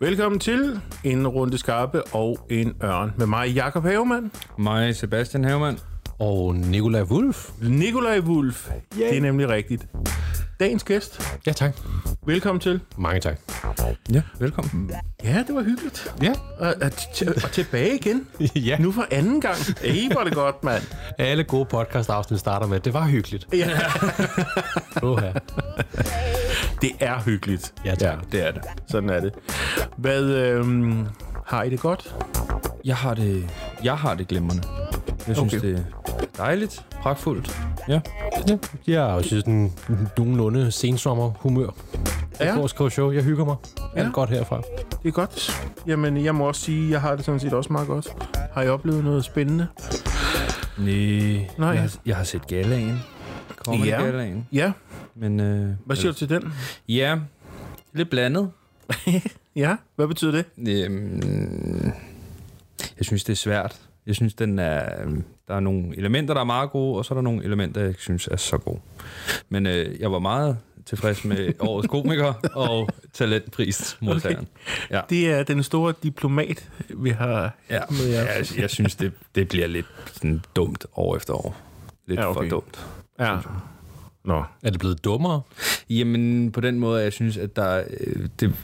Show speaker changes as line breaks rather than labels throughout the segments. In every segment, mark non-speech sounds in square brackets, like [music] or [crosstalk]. Velkommen til en runde skarpe og en ørn med mig, Jakob Havemann.
Mig, Sebastian Havemann.
Og Nikolaj Wulf.
Nikolaj Wulf. Yeah. Det er nemlig rigtigt. Dagens gæst,
Ja, tak.
velkommen til.
Mange tak.
Ja, velkommen.
Ja, det var hyggeligt.
Ja.
Og, og, t- og tilbage igen.
[laughs] ja.
Nu for anden gang. Ej, hvor er det godt, mand.
Alle gode podcast-afsnit starter med, det var hyggeligt.
Ja.
Åh, her.
Det er hyggeligt.
Ja, tak.
det er det. Sådan er det. Hvad, øhm, har I det godt?
Jeg har det, jeg har det glimrende. Jeg synes,
Okay.
okay. det er dejligt, pragtfuldt. Ja.
Ja, jeg har jo sådan nogenlunde sensommerhumør.
Ja.
Jeg går og skriver show, jeg hygger mig. Alt
Ja.
godt herfra.
Det er godt. Jamen, jeg må også sige, at jeg har det sådan set også meget godt. Har I oplevet noget spændende?
Nej,
Nej.
Jeg, har, jeg har set galaen. Kommer ja. galaen.
Ja.
Men, øh,
Hvad siger du til den?
Ja, lidt blandet.
Ja, hvad betyder det?
Øhm, jeg synes, det er svært. Jeg synes, den er, øhm, der er nogle elementer, der er meget gode, og så er der nogle elementer, jeg ikke synes er så gode. Men øh, jeg var meget
[laughs]
tilfreds med årets komiker og talentprismodtageren. Okay. Ja.
Det er den store diplomat, vi har
Ja,
med jer.
jeg, jeg synes, det, det bliver lidt sådan dumt år efter år. Lidt
Ja,
ja,
okay.
okay. for dumt.
Ja. Nå.
Er det blevet dummere?
Jamen, på den måde, jeg synes, at der... Øh, det,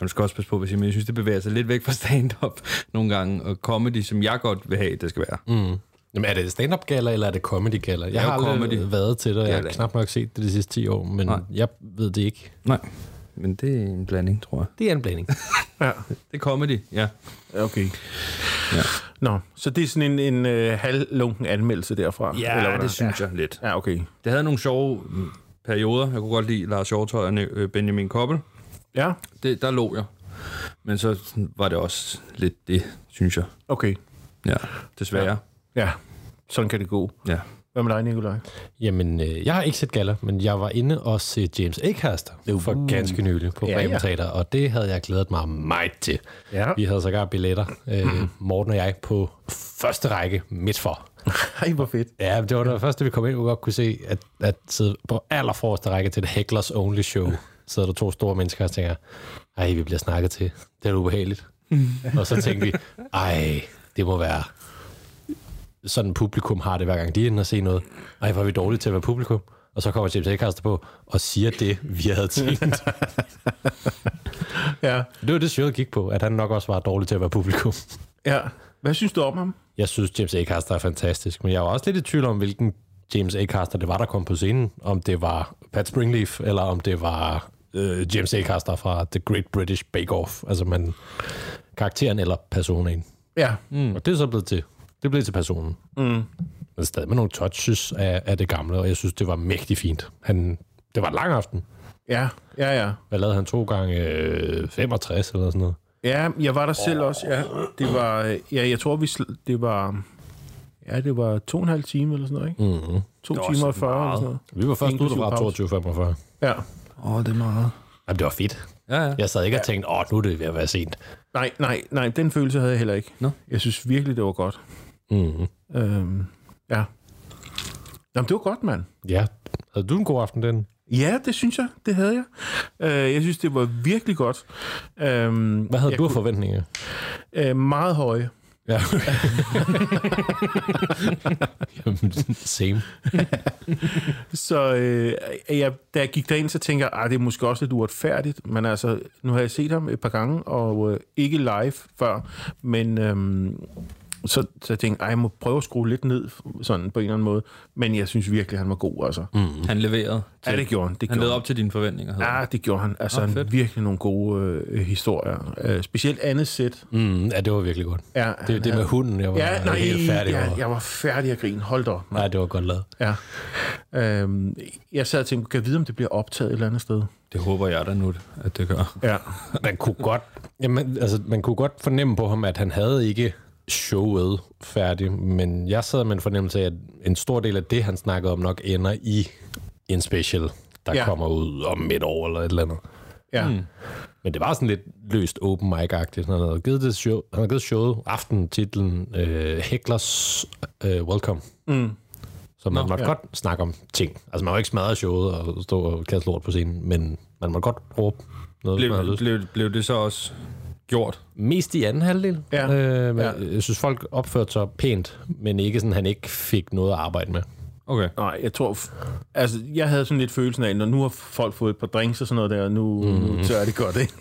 og du skal også passe på, hvad jeg siger, men jeg synes, det bevæger sig lidt væk fra stand-up nogle gange, og comedy, som jeg godt vil have, det skal være. Mm.
Jamen, er det stand up gala eller er det comedy gala? Jeg
er
har
jo
aldrig
comedy.
været til det, og jeg har
Gala.
knap nok set det de sidste 10 år, men
Nej.
jeg ved det ikke.
Nej, men det er en blanding, tror jeg.
Det er en blanding.
Ja,
Det er comedy, ja.
okay.
Ja.
Nå, så det er sådan en, en øh, halvlunken anmeldelse derfra?
Ja,
hvad?
det synes jeg lidt.
Ja, okay.
Det havde nogle sjove mm, perioder. Jeg kunne godt lide Lars Hjortøj og øh, Benjamin Koppel.
Ja,
Det, der lå jeg. Men så sådan, var det også lidt det, synes jeg.
okay.
Ja, desværre.
Ja, sådan kan det gå.
Ja.
Hvad med dig,
[laughs]
Nikolaj?
Jamen, øh, jeg har ikke set gala, men jeg var inde og se James Acaster for ganske nylig på
uh. Ja,
ja,
ja.
Bremen Teater, og det havde jeg glædet mig meget til.
Ja.
Vi havde sågar billetter,
[clears throat]
øh, Morten og jeg, på første række midt for.
Ej, hvor fedt.
Ja, men det var det første, vi kom ind, hvor vi godt kunne se, at, at sidde på allerforreste række til et Hecklers Only Show, sidder der to store mennesker og tænker, ej, vi bliver snakket til. Det er da ubehageligt. og så tænkte vi, ej, det må være sådan publikum har det, hver gang de er inde og se noget. Ej, hvor er vi dårlige til at være publikum. Og så kommer James Acaster på og siger det, vi havde tænkt.
Ja,
det var det, showet gik på, at han nok også var dårlig til at være publikum.
ja. Hvad synes du om ham?
Jeg synes, James Acaster er fantastisk, men jeg var også lidt i tvivl om, hvilken James Acaster det var, der kom på scenen. Om det var Pat Springleaf, eller om det var øh, James Acaster fra The Great British Bake Off. Altså man, karakteren eller personen.
Ja,
Mm. Og det er så blevet til, det blev til personen. Mm. Men stadig med nogle touches af, af det gamle, og jeg synes, det var mægtig fint. Han, det var en lang aften.
ja, ja, ja.
Hvad lavede han? To gange øh, 65 eller sådan noget.
Ja, jeg var der selv også, ja. Det var, øh, ja, jeg tror, vi sl- det var, ja, det var to og en halv time eller sådan noget, ikke? Mm-hmm.
Mhm.
To timer og 40 eller sådan noget.
Vi var først ude
Inklusive pause.
fra 22.45.
Ja.
Åh, oh, det er meget.
Jamen, det var fedt.
Ja, ja.
Jeg sad ikke og tænkte, åh, nu er det ved at være sent.
Nej, nej, nej, den følelse havde jeg heller ikke.
Nå.
Jeg synes virkelig, det var godt.
Mm-hmm.
Øhm, ja. Jamen, det var godt, mand.
Ja. Havde du en god aften den?
Ja, det synes jeg. Det havde jeg. Øh, jeg synes, det var virkelig godt. Øhm,
Hvad havde
jeg
du af forventninger?
Kunne, øh, meget høje.
Ja.
[laughs]
Jamen, Same.
Så øh, jeg, da jeg gik derind, så tænkte jeg, at det er måske også lidt uretfærdigt, men altså, nu har jeg set ham et par gange, og øh, ikke live før, men øhm, så, så jeg tænkte jeg, jeg må prøve at skrue lidt ned, sådan på en eller anden måde, men jeg synes virkelig, han var god, altså. Mm.
Han leverede. Til,
Ja, det gjorde han. Det
han
gjorde
levede op til dine forventninger. hedder
Ja, det gjorde han. Altså,
Nå,
han
fedt.
virkelig nogle gode øh, historier. Øh, specielt andet sæt.
Mm, ja, det var virkelig godt.
Ja,
Det, det med hunden, jeg var
Ja, nej,
helt færdig
ja,
over.
jeg var færdig at grine. Hold da op.
Nej, det var godt lavet.
Ja. Øhm, jeg sad og tænkte, kan jeg vide, om det bliver optaget et eller andet sted?
Det håber jeg da nu, at det gør.
Ja.
Man kunne godt, jamen, altså, man kunne godt fornemme på ham, at han havde ikke showet færdig, men jeg sad med en fornemmelse af, at en stor del af det, han snakkede om, nok ender i en special, der
Ja.
ja. kommer ud om et år eller et eller andet.
Ja.
Hmm.
Mm.
Men det var sådan lidt løst open mic-agtigt. Han havde givet, det show, han havde givet showet aftentitlen øh, Hecklers øh, Welcome. Mm. Så man Nå, måtte
ja.
ja. godt snakke om ting. Altså man var ikke smadret showet og stå og kaste lort på scenen, men man måtte godt råbe Noget, blev, man har
Blev,
lyst.
blev, blev det så også gjort?
Mest i anden halvdel.
Ja.
Øh, men
Ja.
Jeg synes, folk opførte sig pænt, men ikke sådan, han ikke fik noget at arbejde med.
Okay.
Nej, jeg tror... f- Altså, jeg havde sådan lidt følelsen af, når nu har folk fået et par drinks og sådan noget der, og nu, mm.
Hmm.
nu tør det godt,
[laughs]
ikke?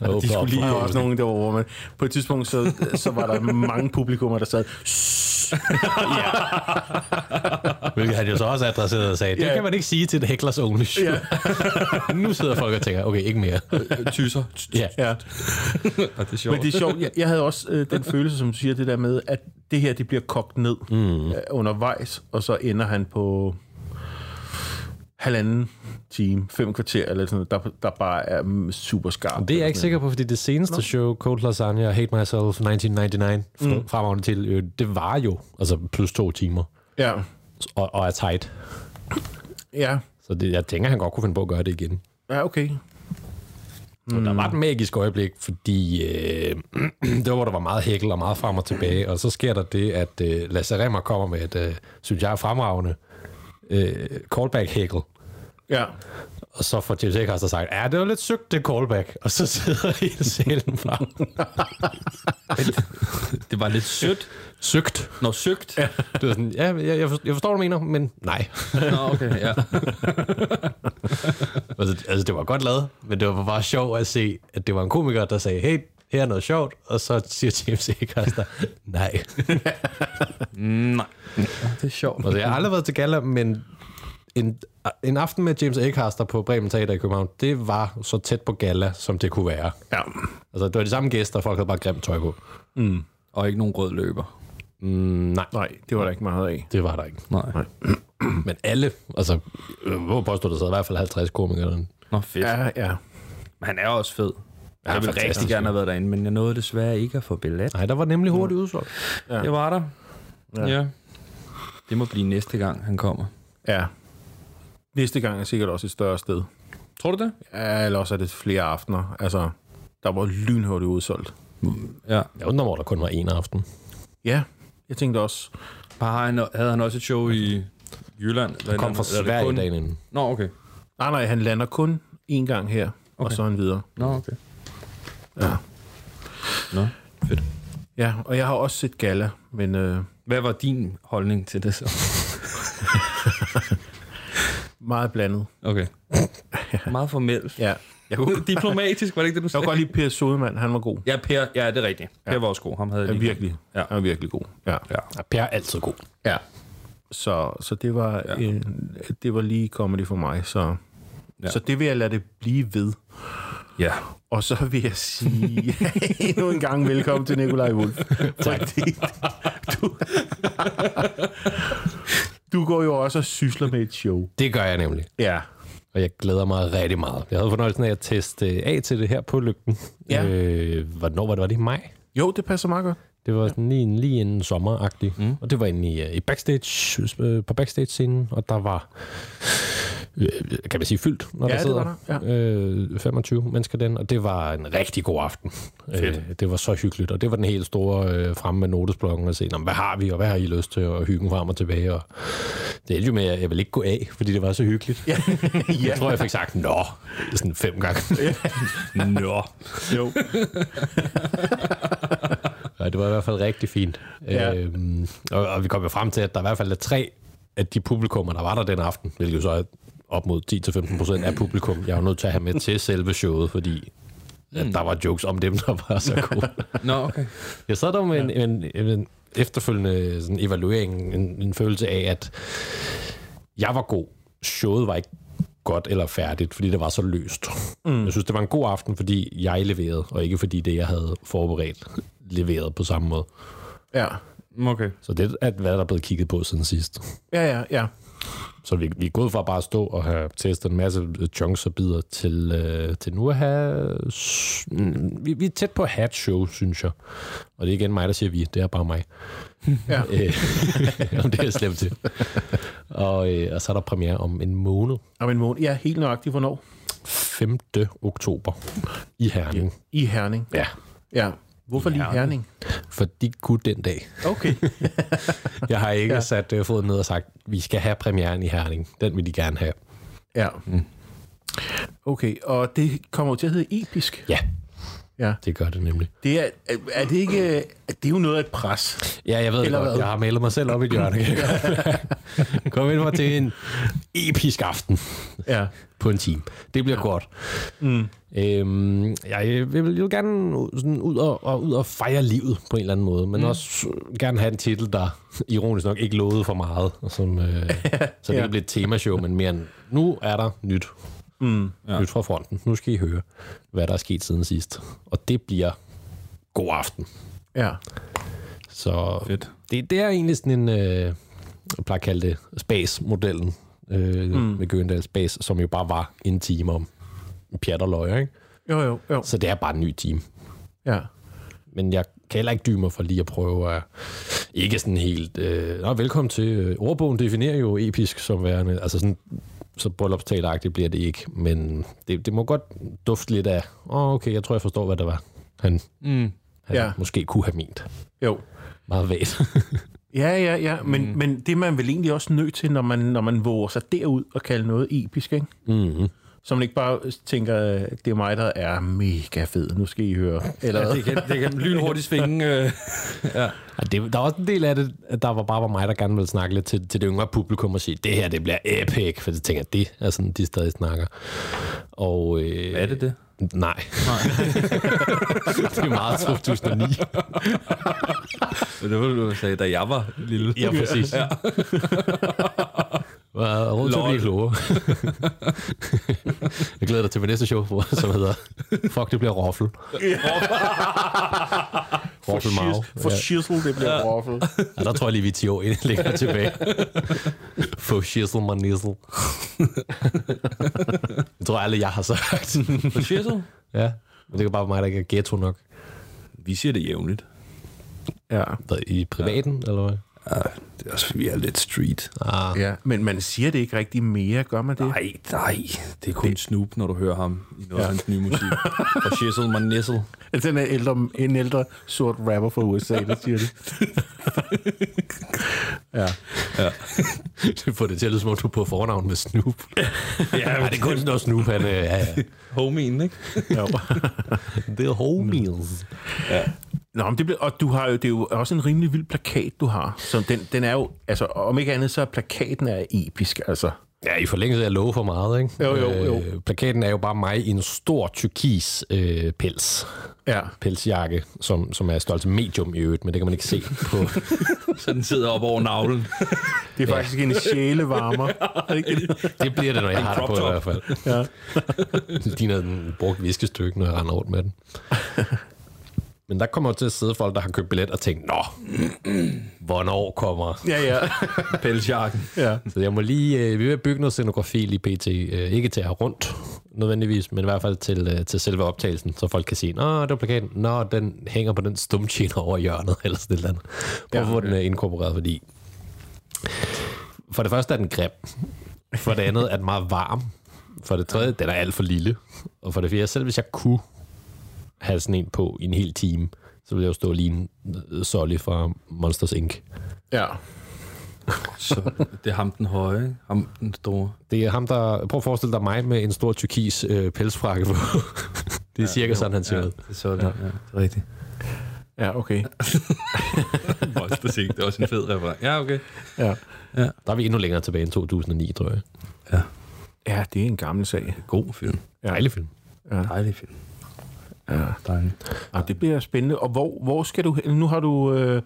Åbner
de
op
skulle
for
lige have
alle.
også nogen derovre, men på et tidspunkt, så, så var der mange publikummer, der sad... "Shh."
Hvilket han jo så også adresserede og sagde, det
Ja.
kan man ikke sige til et hecklers only show. [laughs] nu sidder folk og tænker, okay, ikke mere.
[laughs] Tyser.
Ja.
Ja,
øh, Og det er sjovt.
men det er sjovt. Jeg, jeg havde også øh,
[laughs]
den følelse, som du siger, det der med, at det her, det bliver kogt ned mm. øh, undervejs, og så ender han på halvanden time, fem kvarter eller sådan noget, der, der bare er mm, super skarp.
Det er jeg ikke sikker på, fordi det seneste show, Cold Lasagna og Hate Myself 1999, mm. fremragende til, øh, det var jo altså plus to timer,
Ja,
og, og er tight.
ja.
Så det, jeg tænker, han godt kunne finde på at gøre det igen. Mm.
Ja, okay.
Og der var et magisk øjeblik, fordi øh, [clears throat] det var, hvor der var meget hækkel og meget frem og tilbage, og så sker der det, at øh, Lasse Remmer kommer med et, øh, synes jeg, fremragende øh, callback-hækkel.
Ja.
Og så får James Acaster sagt, ja, det var lidt søgt, det callback. Og så [laughs] sidder hele salen bare,
[laughs] det var lidt sødt.
søgt.
Nå, søgt. Ja.
Det var sådan, ja, jeg, jeg, forstår, jeg forstår, hvad du mener, men nej.
Nå, okay, ja.
altså, altså, det var godt lavet, men det var bare sjovt at se, at det var en komiker, der sagde, hey, her er noget sjovt, og så siger James Acaster, nej.
Nej. Det er sjovt.
Altså, jeg har aldrig været til gala, men en, en aften med James Acaster på Bremen Teater i København, det var så tæt på gala, som det kunne være.
Ja.
Altså, det var de samme gæster, og folk havde bare grimt tøj på.
Og ikke nogen rød løber.
Mm, nej, Mm.
Nej, det var der ikke meget af.
det var der ikke.
Nej. Nej.
Men alle, altså, øh, hvor påstår du, der sad i hvert fald 50 komikere derinde.
Nå, fedt. Ja.
Ja, ja.
Men han er også fed.
Ja,
Jeg ville
fantastisk.
rigtig gerne have været derinde, men jeg nåede desværre ikke at få billet.
Nej, der var nemlig hurtigt udsolgt.
Ja. Jeg var der. Ja. ja. Det må blive næste gang, han kommer.
Ja. Næste gang er sikkert også et større sted.
Tror du det?
Ja, eller også er det flere aftener. Altså, der var lynhurtigt udsolgt.
Ja.
Jeg undrer mig, over, der kun var en aften.
Ja, jeg tænkte også.
Bare har han, havde han også et show i Jylland? Eller
Kom fra
eller er det
Sverige
kun-
dagen inden.
Nå, okay.
Nej, nej, han lander kun én gang her, okay. og så er han videre.
Nå, okay.
Ja.
Nå, fedt.
ja, og jeg har også set gala, men øh,
Hvad var din holdning til det så?
meget blandet.
[laughs] Okay. Meget formelt.
Ja.
Jeg kunne, diplomatisk, var det ikke det, du
Jeg
sagde?
kunne godt lide Per Sodemann, han var god.
Ja, per, ja, det er rigtigt. Per var også god. Ham havde jeg
Ja,
lige-
virkelig.
Ja.
Ja. Han var virkelig god. Ja.
Ja.
Ja, per er altid god.
ja. Så, så det, var, ja. øh, det var lige comedy for mig. Så,
Ja.
ja. så det vil jeg lade det blive ved.
ja.
Og så vil jeg sige endnu en gang velkommen til Nikolaj Wulf. Tak. [laughs] Fordi du, du går jo også og sysler med et show.
Det gør jeg nemlig.
Ja.
Og jeg glæder mig rigtig meget. Jeg havde fornøjelsen af at teste øh, af til det her på lygten.
Ja.
Øh, hvornår var det? Var det i maj?
Jo, det passer meget godt.
Det var sådan lige, lige inden sommeragtig. Mm. Og det var inde i, øh, i backstage, øh, på backstage-scenen, og der var, øh, kan man sige, fyldt, når
Ja,
der
det
sidder
var der,
øh, 25 mennesker den, og det var en rigtig god aften. Øh, det var så hyggeligt, og det var den helt store øh, fremme med notesblokken og se, "Nå, men hvad har vi, og hvad har I lyst til, og hyggen frem og tilbage. Og det endte jo med, at jeg ville ikke gå af, fordi det var så
[laughs]
hyggeligt. Ja. Jeg tror, jeg fik sagt, nå, sådan fem gange.
[laughs] Nå.
Jo.
[laughs] Ja, det var i hvert fald rigtig fint. Ja.
Ja.
Øhm, og, og vi kom jo frem til, at der i hvert fald er tre af de publikummer, der var der den aften, hvilket jo så er op mod 10-15 procent af publikum, jeg var nødt til at have med til selve showet, fordi at der var jokes om dem, der var så gode.
Nå, okay.
Jeg sad dog med en, en, en efterfølgende sådan evaluering, en, en følelse af, at jeg var god. Showet var ikke godt eller færdigt, fordi det var så løst. Mm. Jeg synes, det var en god aften, fordi jeg leverede, og ikke fordi det, jeg havde forberedt, leverede på samme måde.
Ja.
Okay.
Så det er, hvad der er blevet kigget på siden sidst.
Ja, ja, ja.
Så vi, vi er gået fra bare at stå og have testet en masse chunks og bidder til, øh, til nu at have... s- mm, Vi, vi er tæt på at have et show, synes jeg. Og det er igen mig, der siger vi. Det er bare mig.
Ja.
[laughs] Øh, om det er jeg slemt til. Og, øh, og så er der premiere om en måned.
Om en måned. Ja, helt nøjagtigt. Hvornår?
5. oktober i Herning.
I Herning.
Ja.
Ja. Hvorfor lige Herning?
For de kunne den dag.
Okay.
Jeg har ikke ja. sat øh, foden ned og sagt, vi skal have premieren i Herning. Den vil de gerne have.
Ja. Okay, og det kommer jo til at hedde episk.
Ja,
Ja.
det gør det nemlig.
Det er, er det ikke... Er det er jo noget af et pres.
Ja, jeg ved
Eller
det godt.
hvad?
Jeg har malet mig selv op i et hjørne. kan jeg godt. [laughs] Kom ind mig til en episk aften
Ja.
på en time. Det bliver godt. Mm. Øhm, jeg vil jo gerne sådan ud, og, og, ud og fejre livet på en eller anden måde, men mm. også gerne have en titel, der [laughs] ironisk nok ikke lovede for meget. og Som, øh, så det
Ja.
kan blive et temashow, men mere end, nu er der nyt. Mm. Ja. Nyt fra fronten. Nu skal I høre, hvad der er sket siden sidst. Og det bliver god aften.
Ja.
Så
Fedt.
det, det er egentlig sådan en, øh, jeg plejer at kalde det space-modellen øh, mm. med Gøndal Space, som jo bare var en time om pjat og løg, ikke?
Jo, jo, jo.
Så det er bare en ny time.
Ja.
Men jeg kan heller ikke dyme mig for lige at prøve at ikke sådan helt... Øh, Nå, velkommen til... Øh, ordbogen definerer jo episk som værende. Altså sådan, så bryllupstalagtigt bliver det ikke, men det, det må godt dufte lidt af, åh, oh, okay, jeg tror, jeg forstår, hvad det var. Han,
Mm.
han ja.
Ja.
måske kunne have ment.
Jo.
Meget vagt.
Ja, ja, ja, men, mm. men det er man vel egentlig også nødt til, når man, når man våger sig derud og kalde noget episk, ikke?
mm-hmm.
Så man ikke bare tænker, øh, det er mig, der er mega fed, nu skal I høre. Eller
Ja,
hvad?
det kan, det kan lynhurtigt svinge. Øh.
Ja, det, der er også en del af det, at der var bare var mig, der gerne ville snakke lidt til, til det yngre publikum og sige, det her, det bliver epic, for det tænker jeg, det er sådan, de stadig snakker. Og, øh,
Er det det?
Nej. [laughs] det er meget 2009.
[laughs] Det var det, du sagde, da jeg var lille.
Ja, præcis. Ja. Var råd til at blive
[laughs]
Lol.
klogere. jeg glæder dig til min næste show, hvor- som hedder Fuck, det bliver roffel. roffel Mau.
For shizzle, det bliver ja. roffel.
Ja, der tror jeg lige, vi er 10 år inden [laughs] længere tilbage. Få shizzle mig
[laughs]
nizzle. det tror jeg aldrig, jeg har
[laughs]
sagt.
På Shizzle?
ja, men det er bare mig, der ikke er ghetto nok.
Vi siger det jævnligt.
Ja.
Hvad, I privaten, ja. eller hvad?
Ja, Ah, det er også, vi er lidt street.
Ah,
ja. Men man siger det ikke rigtig mere, gør man det?
Nej, nej. Det er kun det. Snoop, når du hører ham i noget ja. af hans nye [laughs] musik. Og Shizzle man Nizzle.
Altså, Den er ældre, en ældre sort rapper fra USA, der siger det. ja.
det får det til at lyde, som om [laughs] du er på fornavn med Snoop. [laughs] ja, men det er kun sådan noget Snoop, han... øh, Ja, [laughs] ja.
Homien, ikke?
Jo.
Det er homies.
Nå, men det bliver, og du har jo, det er jo også en rimelig vild plakat, du har. Så den, den er jo, altså om ikke andet, så er plakaten er episk, altså.
Ja, i forlængelse af at love for meget, ikke?
Jo, jo, jo.
Øh, plakaten er jo bare mig i en stor turkis øh, pels.
Ja.
pelsjakke, som, som er størrelse medium i øvrigt, men det kan man ikke se på. [laughs]
Så den sidder op over navlen.
Det er faktisk en [laughs] sjælevarmer. Er det ikke det?
Det bliver det, når jeg har det på i
crop
hvert fald. [laughs]
Ja.
Det ligner den brugt viskestykke, når jeg render rundt med [laughs] den. Men der kommer jo til at sidde folk, der har købt billet og tænkt, nå, hvornår kommer...
Ja, ja.
Pelsjakken.
ja.
Så jeg må lige, øh, vi er ved at bygge noget scenografi lige pt. Øh, ikke til at have rundt nødvendigvis, men i hvert fald til, øh, til selve optagelsen, så folk kan sige, nå, det var plakaten, nå, den hænger på den stumtjener over hjørnet, [laughs] eller sådan et eller andet. Prøv at få den øh, inkorporeret, fordi for det første er den grim, for det andet er den meget varm, for det tredje, den er alt for lille, og for det fjerde, selv hvis jeg kunne have sådan en på i en hel time, så ville jeg jo stå lige en Solly fra Monsters Inc.
ja.
Så det er ham den høje, ikke? ham den store.
Det er ham, der... Prøv at forestille dig mig med en stor tyrkis øh, pelsfrakke på. [laughs] det er ja, cirka sådan, han ser
Ja,
ud.
det er sådan, ja. ja. det er rigtigt.
Ja, okay.
Monster Inc. Det er også en fed reference. Ja, okay.
Ja.
Der er vi endnu længere tilbage end 2009, tror jeg.
Ja.
ja, det er en gammel sag.
God film.
Ja.
Dejlig film.
Dejlig film. Ja, dejlig.
Ja, det bliver spændende. Og hvor, hvor skal du hen? Nu har du øh,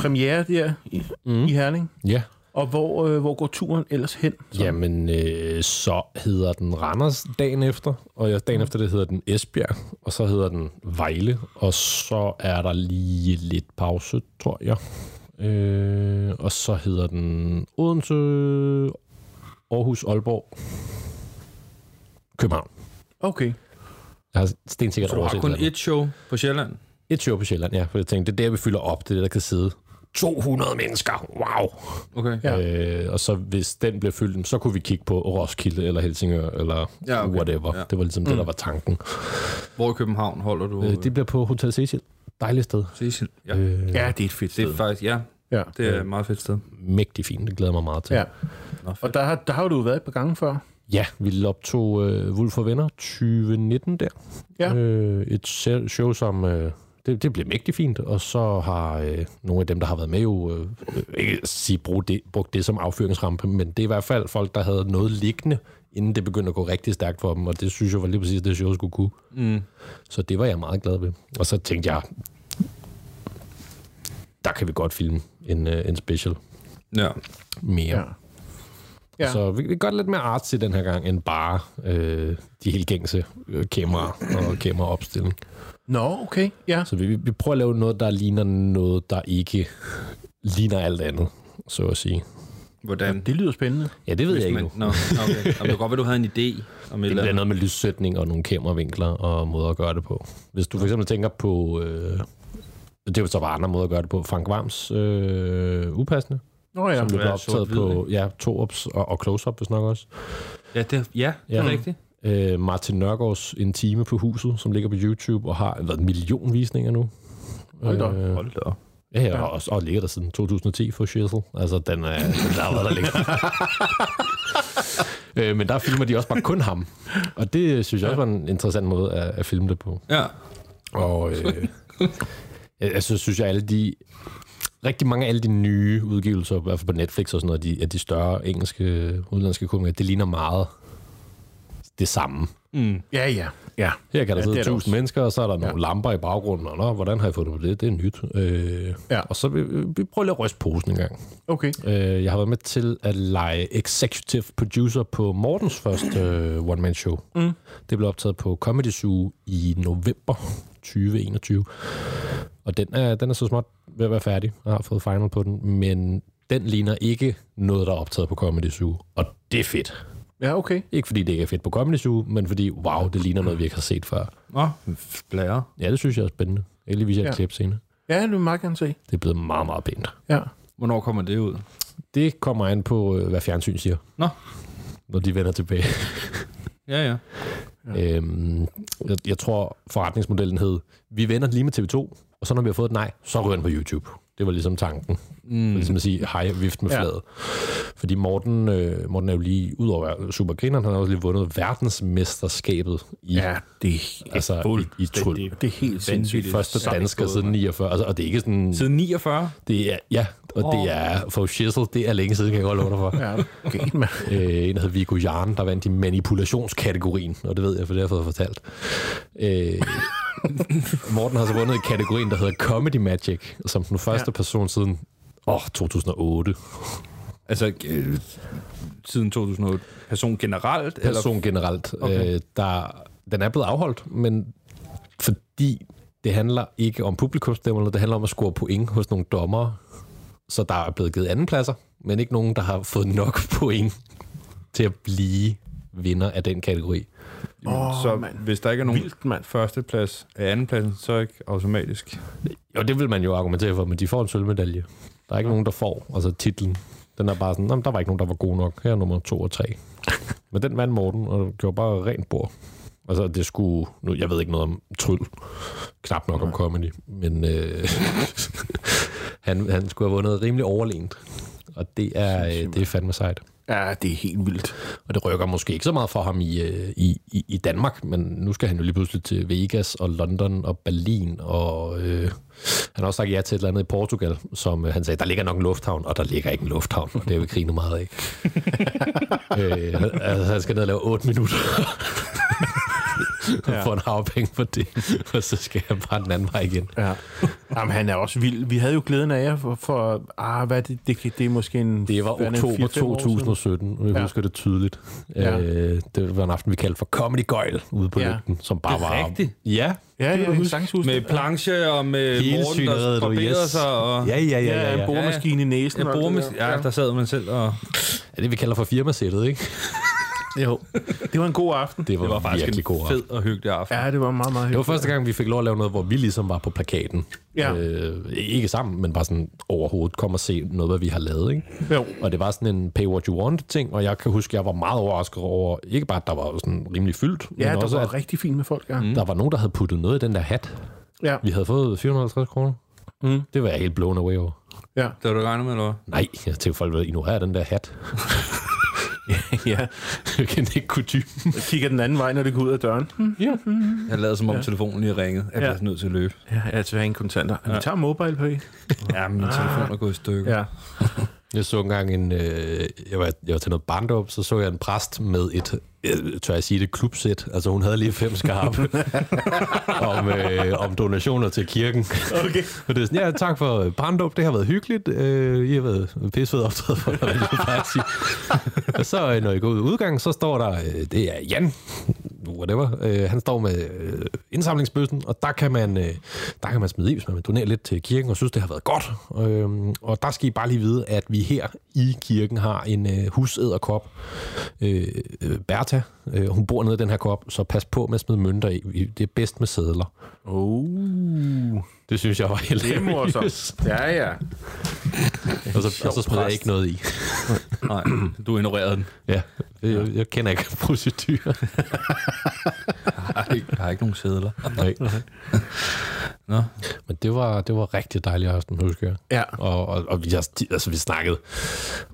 premiere der i, mm. i Herning.
Ja.
Og hvor, øh, hvor går turen ellers hen?
Jamen, øh, så hedder den Randers dagen efter, og ja, dagen efter det hedder den Esbjerg, og så hedder den Vejle, og så er der lige lidt pause, tror jeg. Øh, og så hedder den Odense, Aarhus, Aalborg, København.
Okay.
Jeg har stensikkert
Så du har
overset
kun
et eller andet.
et show på Sjælland?
Et show på Sjælland, ja. For jeg tænkte, det er der, vi fylder op. Det er der, der kan sidde 200 mennesker. Wow.
Okay.
Ja.
Ja. Øh, og så hvis den blev fyldt, så kunne vi kigge på Roskilde eller Helsingør eller ja,
Ja,
okay.
okay.
whatever. Ja.
Ja.
Det var ligesom mm. Øh, det, der var tanken.
Hvor i København holder du?
Øh, det bliver på Hotel Cecil. Dejligt sted.
Cecil. Ja.
Øh,
Ja, det er et fedt
Det
sted.
er faktisk, ja.
Ja.
Det er et meget fedt sted.
Mægtig fint, det glæder jeg mig meget til.
ja.
Nå,
Og der har, der har du jo været et par gange før.
Ja, vi optog øh, Wolf og Venner 2019 der.
Ja.
Øh, et se- show, som... Øh, det, det blev mægtig fint, og så har øh, nogle af dem, der har været med jo, øh, øh, ikke sige, brug det, brugt det som affyringsrampe, men det er i hvert fald folk, der havde noget liggende, inden det begyndte at gå rigtig stærkt for dem, og det synes jeg var lige præcis det, show skulle kunne.
Mm.
Så det var jeg meget glad ved. Og så tænkte jeg, der kan vi godt filme en, øh, en special
Ja.
mere.
Ja.
Ja.
Ja.
Ja. Så vi, vi gør det lidt mere artsy den her gang, end bare øh, de helt gængse øh, kameraer og kameraopstilling.
Nå, okay. Ja.
Så vi, vi, vi prøver at lave noget, der ligner noget, der ikke [laughs] ligner alt andet, så at sige.
Hvordan?
Det lyder spændende.
Ja, det ved
Hvis
jeg ikke
man-
nu.
Nå, okay. Jamen, det var godt, at du havde en idé om et
Det
eller
bliver
andet.
noget med lyssætning og nogle kameravinkler og måder at gøre det på. Hvis du for eksempel tænker på... Øh, det er jo så bare andre måder at gøre det på. Frank Varms øh, upassende,
Nå ja.
som blev
være
optaget
sort-hvid,
på ja, to-ups og, og close-up, hvis nok også.
Ja, det, er- ja, det er
Ja.
rigtigt.
øh, Martin Nørgaards En time på huset, som ligger på YouTube og har været en million visninger nu.
Hold da op.
Øh,
Hold da op.
ja, ja, og, og ligger der siden 2010 for Shizzle. Altså, den, er, den der har været der længe. øh, men der filmer de også bare kun ham. Og det synes jeg også var en interessant måde at, at filme det på.
Ja.
Og øh, jeg, jeg synes, synes jeg, alle de rigtig mange af alle de nye udgivelser, i hvert fald på Netflix og sådan noget, de, af de større engelske, udenlandske komikere, det ligner meget det samme.
Ja, ja. Ja.
Her
Ja,
kan der ja,
det
sidde
er der også.
tusind mennesker, og så er der nogle lamper i baggrunden, og nå, hvordan har jeg fundet på det? Det er nyt. Øh,
Ja.
Og så vi, vi prøver lige at ryste posen en gang.
Okay.
Øh, jeg har været med til at lege executive producer på Mortens første øh, one-man-show. Mm. Det blev optaget på Comedy Zoo i november 2021. Og den er, den er så småt ved at være færdig. Jeg har fået final på den, men den ligner ikke noget, der er optaget på Comedy Zoo. Og det er fedt.
Ja, okay.
Ikke fordi det ikke er fedt på Comedy Zoo, men fordi, wow, det ligner noget, vi ikke har set før.
Nå, blære.
Ja, det synes jeg er spændende. Jeg kan lige vise jer et
Ja.
ja. klip senere.
Ja, det vil jeg meget gerne se.
Det er blevet meget, meget pænt.
Ja.
Hvornår kommer det ud?
Det kommer an på, øh, hvad fjernsyn siger.
Nå.
Når de vender tilbage.
Ja, ja.
Ja. Øhm, jeg, jeg tror, forretningsmodellen hed, vi vender lige med TV2, og så når vi har fået et nej, så ryger den på YouTube. Det var ligesom tanken. Mm. Ligesom at sige, hej, vift med
Ja.
ja. fladet. Fordi Morten, øh, Morten er jo lige, udover at være supergrineren, han har også lige vundet verdensmesterskabet i, ja,
Ja, det er
altså, i, i tryl.
Det er helt sindssygt.
Vanvittigt.
Første
Sejt
dansker
gået,
siden
mand.
49, altså, og det er ikke sådan...
Siden 49?
Det er, ja, og oh. det er for shizzle, det er længe siden, kan jeg godt love dig for.
Ja, okay, man.
Øh, en der hed Viggo Jarn, der vandt i manipulationskategorien, og det ved jeg, for det har jeg fået fortalt. Øh, Morten har så vundet i kategorien, der hedder Comedy Magic, som den første
Ja.
ja. person siden åh, 2008.
Altså, øh, siden 2008. Person generelt? Eller?
Person generelt.
Okay.
Okay. Øh, der, den er blevet afholdt, men fordi det handler ikke om publikumstemmer, det handler om at score point hos nogle dommere, så der er blevet givet andenpladser, men ikke nogen, der har fået nok point til at blive vinder af den kategori.
Åh,
så
oh, mand.
hvis der ikke er nogen
Vildt, mand.
førsteplads af andenpladsen, så er ikke automatisk.
Jo, det vil man jo argumentere for, men de får en sølvmedalje. Der er ikke nogen, der får altså titlen. Den er bare sådan, "Nå, men der var ikke nogen, der var god nok. Her er nummer to og tre. men den vandt Morten, og gjorde bare rent bord. Altså, det skulle... Nu, jeg ved ikke noget om tryl. Knap nok om comedy. Men øh, [laughs] han, han skulle have vundet rimelig overlænt. Og det er, øh, det er fandme sejt.
Ja, det er helt vildt.
Og det rykker måske ikke så meget for ham i, øh, i, i, i Danmark, men nu skal han jo lige pludselig til Vegas og London og Berlin, og øh, han har også sagt ja til et eller andet i Portugal, som øh, han sagde, der ligger nok en lufthavn, og der ligger ikke en lufthavn, og det er jo krigen meget af. øh, altså, han skal ned og lave 8 minutter. [laughs] og få en havpenge for det, og så skal han bare den anden vej igen.
Ja. Jamen, han er også vild. Vi havde jo glæden af jer for, for ah, hvad er det, det, kan- det er måske en...
Det var
hvad er en
oktober
4-5 år siden?
2017, og jeg
Ja.
ja. husker det tydeligt.
Ja.
Ja. Øh, det var en aften, vi kaldte for Comedy Gøjl ude på
Ja.
ja. lygten, som bare
Det er
var...
rigtigt.
Ja,
Ja, det var en sangshus.
Med planche og med
hele
Morten, der
syneriet, du,
barberede
yes.
sig. Og,
Ja, ja, ja,
Ja,
ja.
en
ja.
boremaskine i næsen.
Jeg
og alt
bruger
det
med,
der.
ja, der sad man selv og...
Er det, vi kalder for firmasættet, ikke?
Jo. Det var en god aften.
Det var,
Det var faktisk
virkelig
en
god. aften.
fed og hyggelig aften.
Ja, det var meget, meget
Det var første gang, vi fik lov at lave noget, hvor vi ligesom var på plakaten.
Ja.
Øh, ikke sammen, men bare sådan overhovedet kom og se noget, hvad vi har lavet, ikke?
Jo.
Og det var sådan en pay what you want ting, og jeg kan huske, jeg var meget overrasket over, ikke bare, at der var sådan rimelig fyldt,
Ja,
men
der
også, Mm.
var rigtig fint med folk, ja.
at der var nogen, der havde puttet noget i den der hat.
Ja.
Vi havde fået 450 kroner. Mm. Det var jeg helt blown away over.
Ja.
Det var du regnet med, eller hvad?
Nej, jeg tænkte, folk ved, ignorerer den der hat. [laughs]
ja.
jeg kan ikke kunne dybe.
Jeg kigger den anden vej, når det går ud af døren. Hm.
Jeg lavede som om ja. telefonen lige ringede. Jeg blev
Ja.
ja. nødt til at løbe.
Ja, jeg tager ingen kontanter. Ja. Vi tager mobile pay. Ah.
Ja, min telefon er gået i stykker.
Ja.
Jeg så engang en, øh, jeg, var, jeg var til noget barndom, så så jeg en præst med et, øh, tør jeg sige det, klubsæt. Altså hun havde lige fem skarpe om, øh, om donationer til kirken.
Okay.
[laughs] Og det er sådan, ja, tak for øh, barndom, det har været hyggeligt. Øh, I har været pissefed optræde for dig, vil jeg bare sige. Og så øh, når I går ud i udgangen, så står der, øh, det er Jan, whatever, øh, han står med øh, indsamlingsbøssen, og der kan, man, øh, der kan man smide i, hvis man vil donere lidt til kirken, og synes, det har været godt. Øh, og der skal I bare lige vide, at vi her i kirken har en øh, husæderkop, øh, øh, Bertha, øh, hun bor nede i den her kop, så pas på med at smide mønter i. Vi- Det er bedst med sædler.
Oh.
Det synes jeg var helt
Det er morsomt. Oh. Ja, ja.
Og så, og så spreder jeg ikke noget i.
Nej, du ignorerede den.
Ja, jeg, jeg kender ikke
[laughs]
[laughs] procedurer.
Jeg har ikke, jeg har ikke nogen sædler.
Nej.
Nå.
Men det var, det var rigtig dejlig aften, husker jeg.
Ja.
Og, og, og vi, har, altså, vi snakkede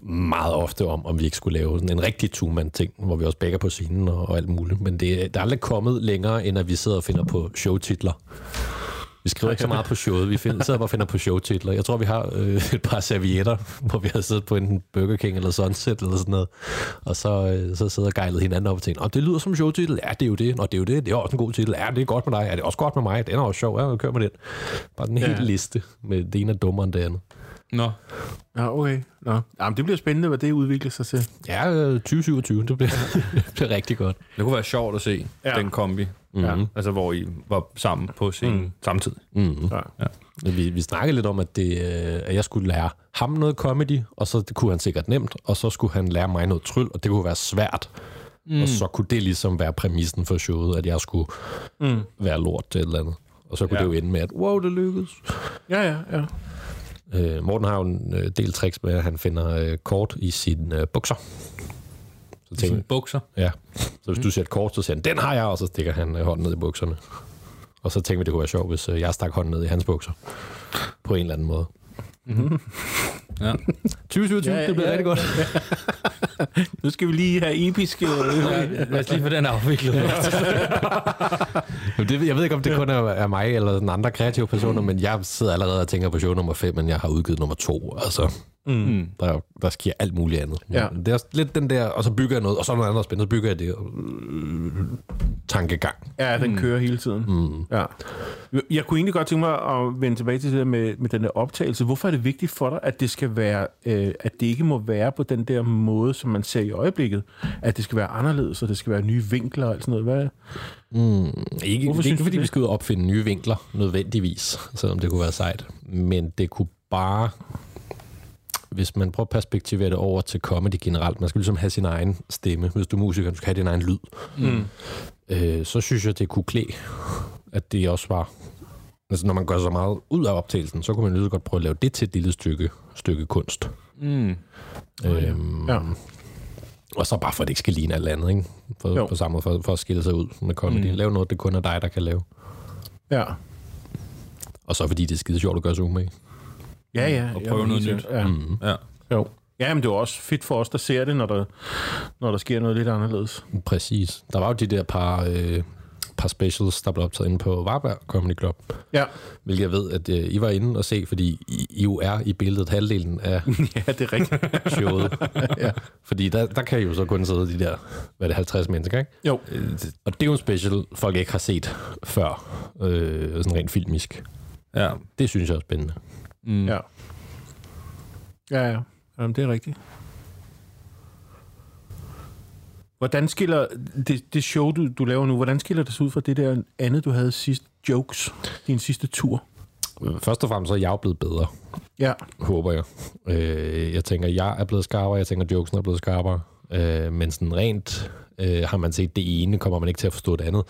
meget ofte om, om vi ikke skulle lave sådan en rigtig two-man-ting, hvor vi også bækker på scenen og, og alt muligt. Men det, der er aldrig kommet længere, end at vi sidder og finder på showtitler. Vi skriver ikke så meget på showet, vi finder, sidder bare og finder på showtitler. Jeg tror, vi har øh, et par servietter, [laughs] hvor vi har siddet på enten Burger King eller Sunset eller sådan noget. Og så, øh, så sidder og gejlede hinanden op og tænker, "Nå, det lyder som en showtitel. Ja, det er jo det. Nå, det er jo det. Det er også en god titel. Ja, det er godt med dig. Ja, det er også godt med mig. Den er også sjov. Ja, kør med den. Bare den hele
Ja.
liste med det ene er dummere end det andet.
Nå.
Nå, okay. Nå. Jamen, det bliver spændende, hvad det udvikler sig til.
Ja, øh, 2027, det bliver, [laughs] det bliver rigtig godt.
Det kunne være sjovt at se
Ja.
ja. den kombi.
Ja.
Altså, hvor I var sammen på scenen mm. samtidig.
Mm-hmm.
Ja.
Vi, vi snakkede lidt om, at, det, øh, at jeg skulle lære ham noget comedy, og så det kunne han sikkert nemt, og så skulle han lære mig noget tryl, og det kunne være svært. Mm. Og så kunne det ligesom være præmissen for showet, at jeg skulle mm. være lort til et eller andet. Og så kunne ja.
Ja.
det jo ende med, at wow, det lykkedes.
Ja, ja, ja.
Øh, Morten har jo en øh, del tricks med, at han finder øh, kort i sine øh, bukser. Så tænker,
Sådan bukser.
Ja. Så
Mm.
hvis du ser et kort, så siger han, den har jeg, og så stikker han øh, hånden ned i bukserne. Og så tænker vi, det kunne være sjovt, hvis øh, jeg stak hånden ned i hans bukser. På en eller anden måde.
Ja.
2027,
Ja,
det bliver
ja.
rigtig godt.
Nu skal vi lige have øh, episke...
Lad os lige få den afviklet.
Jamen, det, jeg ved ikke, om det kun er, er mig eller den andre kreative personer,
Mm.
men jeg sidder allerede og tænker på show nummer 5, men jeg har udgivet nummer 2. Altså,
Mhm.
mm. der, der sker alt muligt andet.
Ja.
Det er også lidt den der, og så bygger jeg noget, og så noget andet spændende, så bygger jeg det. Øh, tankegang.
Ja, den kører hele tiden. Mm. Ja. Jeg kunne egentlig godt tænke mig at vende tilbage til det der med, med den der optagelse. Hvorfor er det vigtigt for dig, at det skal være, øh, at det ikke må være på den der måde, som man ser i øjeblikket? At det skal være anderledes, og det skal være nye vinkler og sådan noget. Hvad?
Ikke, det
Hvorfor
er
synes
ikke,
du
fordi
det?
vi skal ud og opfinde nye vinkler, nødvendigvis, selvom det kunne være sejt. Men det kunne bare... Hvis man prøver at perspektivere det over til comedy generelt, man skal ligesom have sin egen stemme. Hvis du er musiker, du skal have din egen lyd.
Mm.
Øh, så synes jeg, det kunne klæde, at det også var... Altså, når man gør så meget ud af optagelsen, så kunne man lige så godt prøve at lave det til et lille stykke, stykke kunst.
Mm.
Øhm,
Ja.
og så bare for, at det ikke skal ligne alt andet, ikke?
Jo.
For, på samme måde, for, for at skille sig ud med comedy. Mm. Lav noget, det kun er dig, der kan lave.
Ja.
Og så fordi det er skide sjovt at gøre sig umage.
Ja, ja.
Og
ja,
prøve
men
noget
helt
nyt.
sikkert. Ja. Mm.
Mhm. Ja.
Jo. Ja, men det er jo også fedt for os, der ser det, når der, når der sker noget lidt anderledes.
Præcis. Der var jo de der par, øh, par specials, der blev optaget inde på Varberg Comedy Club,
Ja,
hvilket jeg ved, at øh, I var inde og se, fordi I, I jo er i billedet halvdelen af
[laughs] ja det er rigtigt.
showet. ja. Fordi der, der kan I jo så kun sidde de der, hvad er det, 50 mennesker, ikke? Øh,
Jo.
Og det er jo en special, folk ikke har set før, øh, sådan rent filmisk.
Ja.
Det synes jeg er spændende.
Mm.
Ja. Ja, ja. Jamen, det er rigtigt. Hvordan skiller det, det show, du, du laver nu, hvordan skiller det sig ud fra det der andet, du havde sidst, jokes, din sidste tur?
Først og fremmest så er jeg jo blevet bedre.
Ja,
håber jeg. Øh, jeg tænker, jeg er blevet skarpere, jeg tænker, jokesen er blevet skarpere. Øh, men sådan rent øh, har man set det ene, kommer man ikke til at forstå det andet.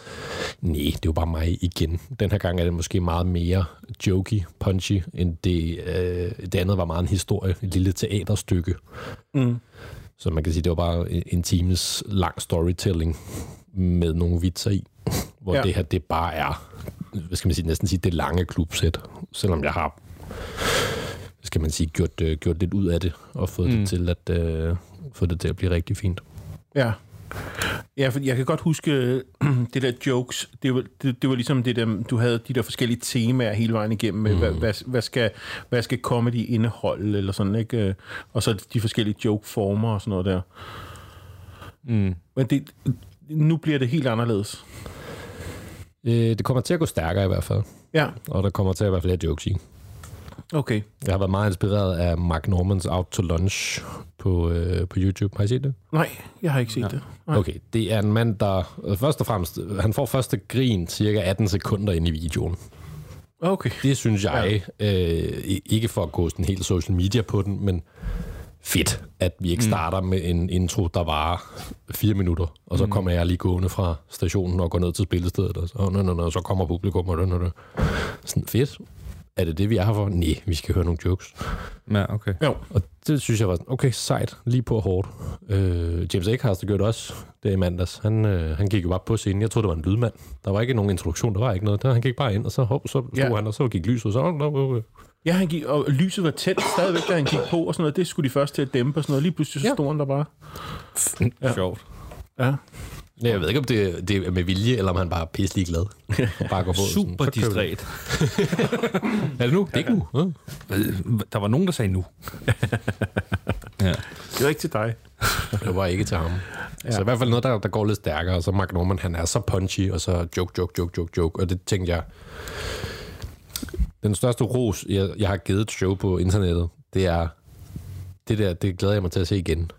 Nej, det er jo bare mig igen. Den her gang er det måske meget mere jokey, punchy, end det, øh, det andet var meget en historie, et lille teaterstykke.
Mm.
Så man kan sige, det var bare en- en times lang storytelling med nogle vitser i, [laughs] hvor
Ja.
ja. det her, det bare er, hvad skal man sige, næsten sige, det lange klubsæt. Selvom jeg har hvad skal man sige, gjort, øh, gjort lidt ud af det, og fået, mm.
Mm.
det til at, øh, fået det til at blive rigtig fint.
Ja. Ja, for jeg kan godt huske [clears throat] øh, det der jokes. Det var, det, det var ligesom det der, du havde de der forskellige temaer hele vejen igennem. Med, mm. hvad, hvad, hvad, skal, hvad skal comedy indeholde, eller sådan, ikke? Øh, Og så de forskellige joke-former og sådan noget der.
Mm.
Men det, nu bliver det helt anderledes.
Øh, det kommer til at gå stærkere i hvert fald,
Ja,
og der kommer til at være flere jokes i.
okay.
Jeg har været meget inspireret af Mark Normans Out to Lunch på, øh, på YouTube. Har I set det?
Nej, jeg har ikke set ja. det. Nej.
Okay, det er en mand, der øh, først og fremmest, øh, han får første grin cirka 18 sekunder ind i videoen.
Okay.
Det synes jeg, øh, i- ikke for at gå sådan helt social media på den, men fedt, at vi ikke starter med en intro, der varer fire minutter, og så kommer jeg lige gående fra stationen og går ned til spillestedet, og så, oh, no, no, no, så kommer publikum, og no, no, no. Sådan fedt. Er det det, vi er her for? Nej, vi skal høre nogle jokes.
Ja, okay.
Jo,
Og det synes jeg var sådan, okay, sejt, lige på og hårdt. Øh, James Acaster gjorde det også det i mandags. Han, øh, han gik jo bare på scenen. Jeg troede, det var en lydmand. Der var ikke nogen introduktion, der var ikke noget. Der, han gik bare ind, og så, hop, så stod
Ja.
ja. han, og så gik lyset. og Så, oh, oh, oh.
Ja, han gik, og lyset var tæt stadigvæk, da han gik på og sådan noget. Det skulle de først til at dæmpe og sådan noget. Lige pludselig så
Ja.
stod han der bare.
Ja. Sjovt.
Ja.
Ja, Jeg ved ikke, om det, det er med vilje, eller om han bare er
[laughs]
pisselig glad. Bare går på,
Super
sådan, så kører vi.
distræt.
Er det nu? Det er ikke nu. Ja.
Der var nogen, der
[laughs]
sagde nu. ja.
Det var ikke til dig.
Det var ikke til ham. Ja. Så i hvert fald noget, der, der går lidt stærkere. Og så Mark Norman, han er så punchy, og så joke, joke, joke, joke, joke. Og det tænkte jeg... Den største ros, jeg, jeg har givet et show på internettet, det er... Det der, det glæder jeg mig til at se igen.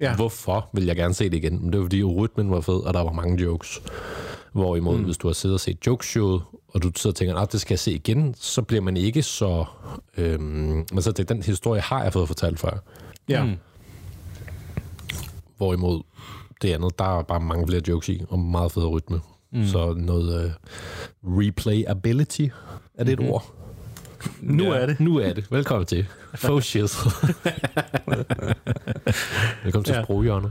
Ja.
Hvorfor vil jeg gerne se det igen? Men det var, fordi rytmen var fed, og der var mange jokes. Hvorimod, mm. hvis du har siddet og set jokeshowet, og du sidder og tænker, at det skal jeg se igen, så bliver man ikke så... Øhm, men så tænker, den historie har jeg fået fortalt før.
Ja. Mm.
Mm.
Hvorimod det andet, der er bare mange flere jokes i, og meget federe rytme. Mm. Så noget øh, replayability, er det et mm-hmm. ord?
Nu
Ja.
er det.
[laughs] Nu er det. Velkommen til. Faux shit. [laughs] Velkommen til
Ja.
ja. sproghjørnet.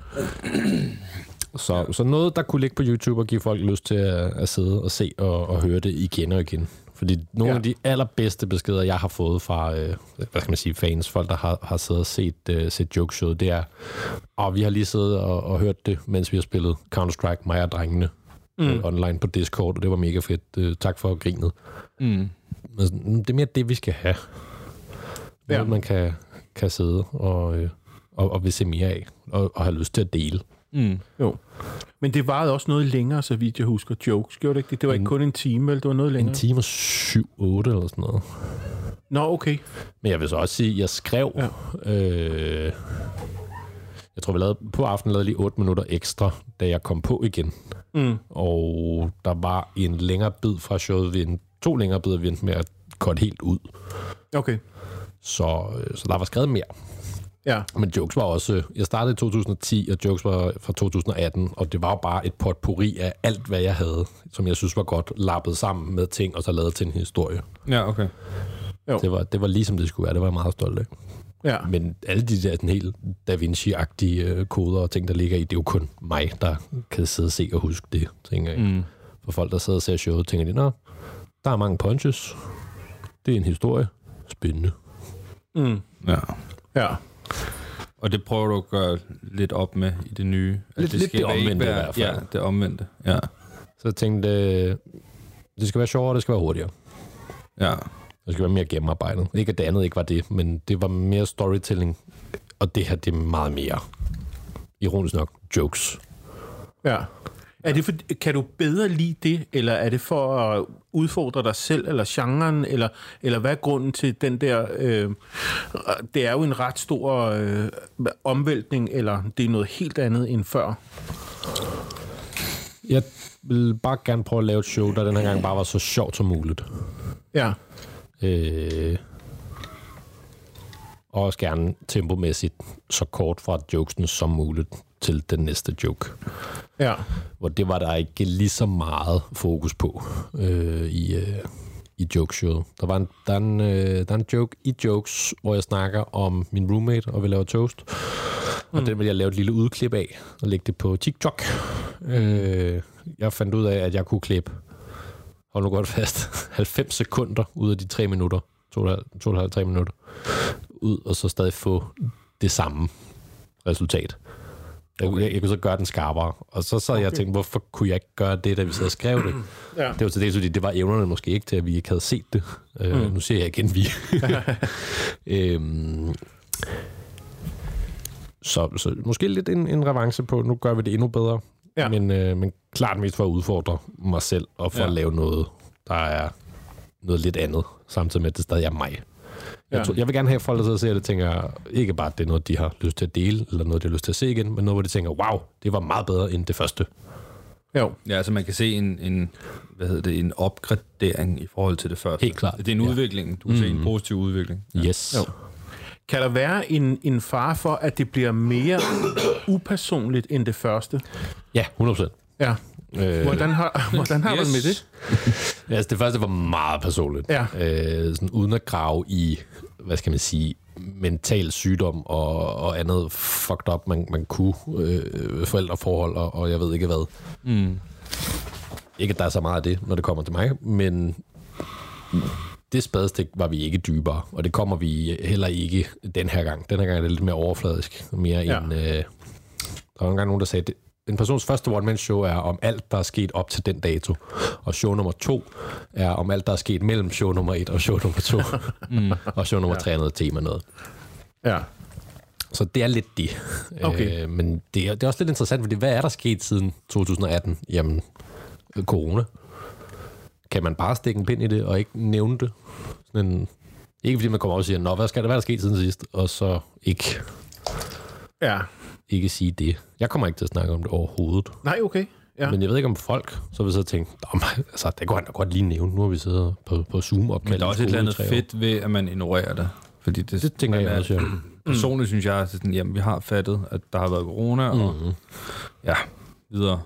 Så, så noget, der kunne ligge på YouTube og give folk lyst til at, at sidde og se og, og høre det igen og igen. Fordi nogle
Ja.
ja. af de allerbedste beskeder, jeg har fået fra øh, hvad skal man sige, fans, folk, der har, har siddet og set, øh, set jokeshowet, det er, og vi har lige siddet og, og hørt det, mens vi har spillet Counter-Strike, mig og drengene, mm. øh, online på Discord, og det var mega fedt. Øh, tak for grinet.
Mm.
Men sådan, mm, det er mere det, vi skal have.
Ja.
Ja. Noget, man kan, kan sidde og, øh, og, og vil se mere af, og, og have lyst til at dele.
Mm.
Jo. Men det varede også noget længere, så vidt jeg husker. Jokes, gjorde det ikke det? Det var ikke kun en time, vel? Det var noget
En
længere.
time og syv, otte eller sådan noget.
Nå, okay.
Men jeg vil så også sige, at jeg skrev...
Ja.
Ja. Øh, jeg tror, vi lavede, på aftenen lavede jeg lige 8 minutter ekstra, da jeg kom på igen.
Mm.
Og der var en længere bid fra showet. Vi en, to længere bidder, vi endte med at korte helt ud.
Okay.
Så, øh, så der var skrevet mere.
Ja.
Men jokes var også... Jeg startede i 2010, og jokes var fra 2018, og det var jo bare et potpourri af alt, hvad jeg havde, som jeg synes var godt, lappet sammen med ting, og så lavet til en historie.
Ja, okay.
Jo.
Det var, det var ligesom det skulle være, det var jeg meget stolt af.
Ja.
Men alle de der sådan helt Da Vinci-agtige øh, koder og ting, der ligger i, det er jo kun mig, der kan sidde og se og huske det, tænker jeg. Mm. For folk, der sidder og ser showet, tænker de, nå, der er mange punches, det er en historie, spændende.
Mm.
Ja.
Ja.
Og det prøver du at gøre lidt op med i det nye. At
Lidt- lidt
være-
det
ikke
omvendte i
være-
hvert fald.
Ja, det omvendte. Ja.
Så jeg tænkte, øh, det skal være sjovere, det skal være hurtigere.
Ja.
Det skal være mere gennemarbejdet. Ikke at det andet ikke var det, men det var mere storytelling. Og det her, det er meget mere, ironisk nok, jokes.
Ja. Er det for, kan du bedre lide det, eller er det for at udfordre dig selv, eller genren, eller, eller hvad er grunden til den der... Øh, det er jo en ret stor øh, omvæltning, eller det er noget helt andet end før.
Jeg vil bare gerne prøve at lave et show, der den her gang bare var så sjovt som muligt.
Ja,
Øh, og også gerne tempomæssigt så kort fra jokesen som muligt til den næste joke.
ja,
Hvor det var der ikke lige så meget fokus på øh, i, øh, i jokeshowet. Der, var en, der, er en, øh, der er en joke i jokes, hvor jeg snakker om min roommate, og vi laver toast. Og den vil jeg lave et lille udklip af, og lægge det på TikTok. Øh, jeg fandt [laughs] ud af, at jeg kunne klippe, hold nu godt fast, 90 sekunder ud af de 3 minutter 2,5-3 minutter ud, og så stadig få det samme resultat. Jeg, okay. jeg, jeg kunne så gøre den skarpere. Og så sad okay. jeg og tænkte, hvorfor kunne jeg ikke gøre det, da vi sad og skrev det?
Ja.
Det var til dels, fordi det var evnerne måske ikke til, at vi ikke havde set det. Øh,
Mm.
Nu siger jeg
[laughs]
igen vi. øhm, så, så måske lidt en, en revanche på, nu gør vi det endnu bedre.
Ja.
Men, øh, men klart mest for at udfordre mig selv, og for ja.
Ja.
at lave noget, der er noget lidt andet, samtidig med, at det stadig er mig. Jeg,
Ja.
tror, jeg vil gerne have folk, der sidder og ser det, tænker ikke bare, at det er noget, de har lyst til at dele, eller noget, de har lyst til at se igen, men noget, hvor de tænker, wow, det var meget bedre end det første.
Jo.
Ja, altså man kan se en, en, hvad hedder det, en opgradering i forhold til det første.
Helt klart.
Det er en
Ja. Mm.
udvikling. Du kan se en positiv udvikling.
Ja. Yes.
Jo. Kan der være en, en fare for, at det bliver mere upersonligt end det første?
Ja, 100%.
Ja.
Øh,
Hvordan har, hvordan har yes. man med det?
Ja, altså det første var meget personligt.
Ja.
Øh, sådan uden at grave i, hvad skal man sige, mental sygdom og, og andet fucked up, man, man kunne, øh, forældreforhold og, og jeg ved ikke hvad.
Mm.
Ikke at der er så meget af det, når det kommer til mig, men det spadestik var vi ikke dybere, og det kommer vi heller ikke den her gang. Den her gang er det lidt mere overfladisk, mere ja.
Ja.
end... Øh, der var engang nogen, der sagde, det, en persons første one-man-show er om alt, der er sket op til den dato, og show nummer to er om alt, der er sket mellem show nummer et og show nummer to, [laughs] mm. og show nummer tre er noget tema noget.
Ja.
Så det er lidt det.
Okay.
Øh, men det er, det er også lidt interessant, fordi hvad er der sket siden 2018? Jamen, øh, corona. Kan man bare stikke en pind i det og ikke nævne det? Sådan en, ikke fordi man kommer op og siger, Nå, hvad, skal der, hvad er der sket siden sidst? Og så ikke,
Ja.
ikke sige det. Jeg kommer ikke til at snakke om det overhovedet.
Nej, okay. Ja.
Ja. Men jeg ved ikke om folk, så vil så tænke, "Nå, men altså, det kunne han da godt lige nævne, nu har vi siddet på, på Zoom opkaldt.
Men der er også et eller andet fedt ved, at man ignorerer det. Fordi det,
Det mm. tænker
man
jeg
er-
også, ja.
Personligt synes jeg, at sådan, jamen, vi har fattet, at der har været corona, og [clears throat]
Mm.
ja, videre.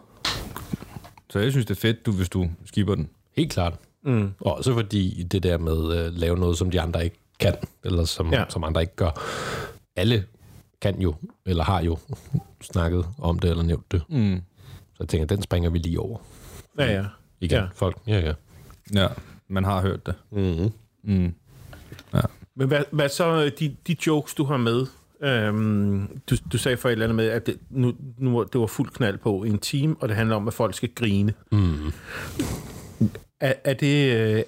Så jeg synes, det er fedt, du, hvis du skipper den.
Helt klart. Mm. Og også fordi det der med at øh, lave noget, som de andre ikke kan, eller som, ja.
Ja.
som andre ikke gør. Alle kan jo, eller har jo snakket om det, eller nævnt det. Mm. Så jeg tænker, den springer vi lige over.
Ja, ja.
Igen, ja.
Ja.
folk. Ja, ja.
Ja, man har hørt det.
Mm-hmm.
Mm.
Men hvad, hvad så øh, de, de jokes, du har med? Øhm, du, du sagde for et eller andet med, at det, nu, nu, var- det var fuld knald på i en time, og det handler om, at folk skal grine. Mm. Er, er det, øh,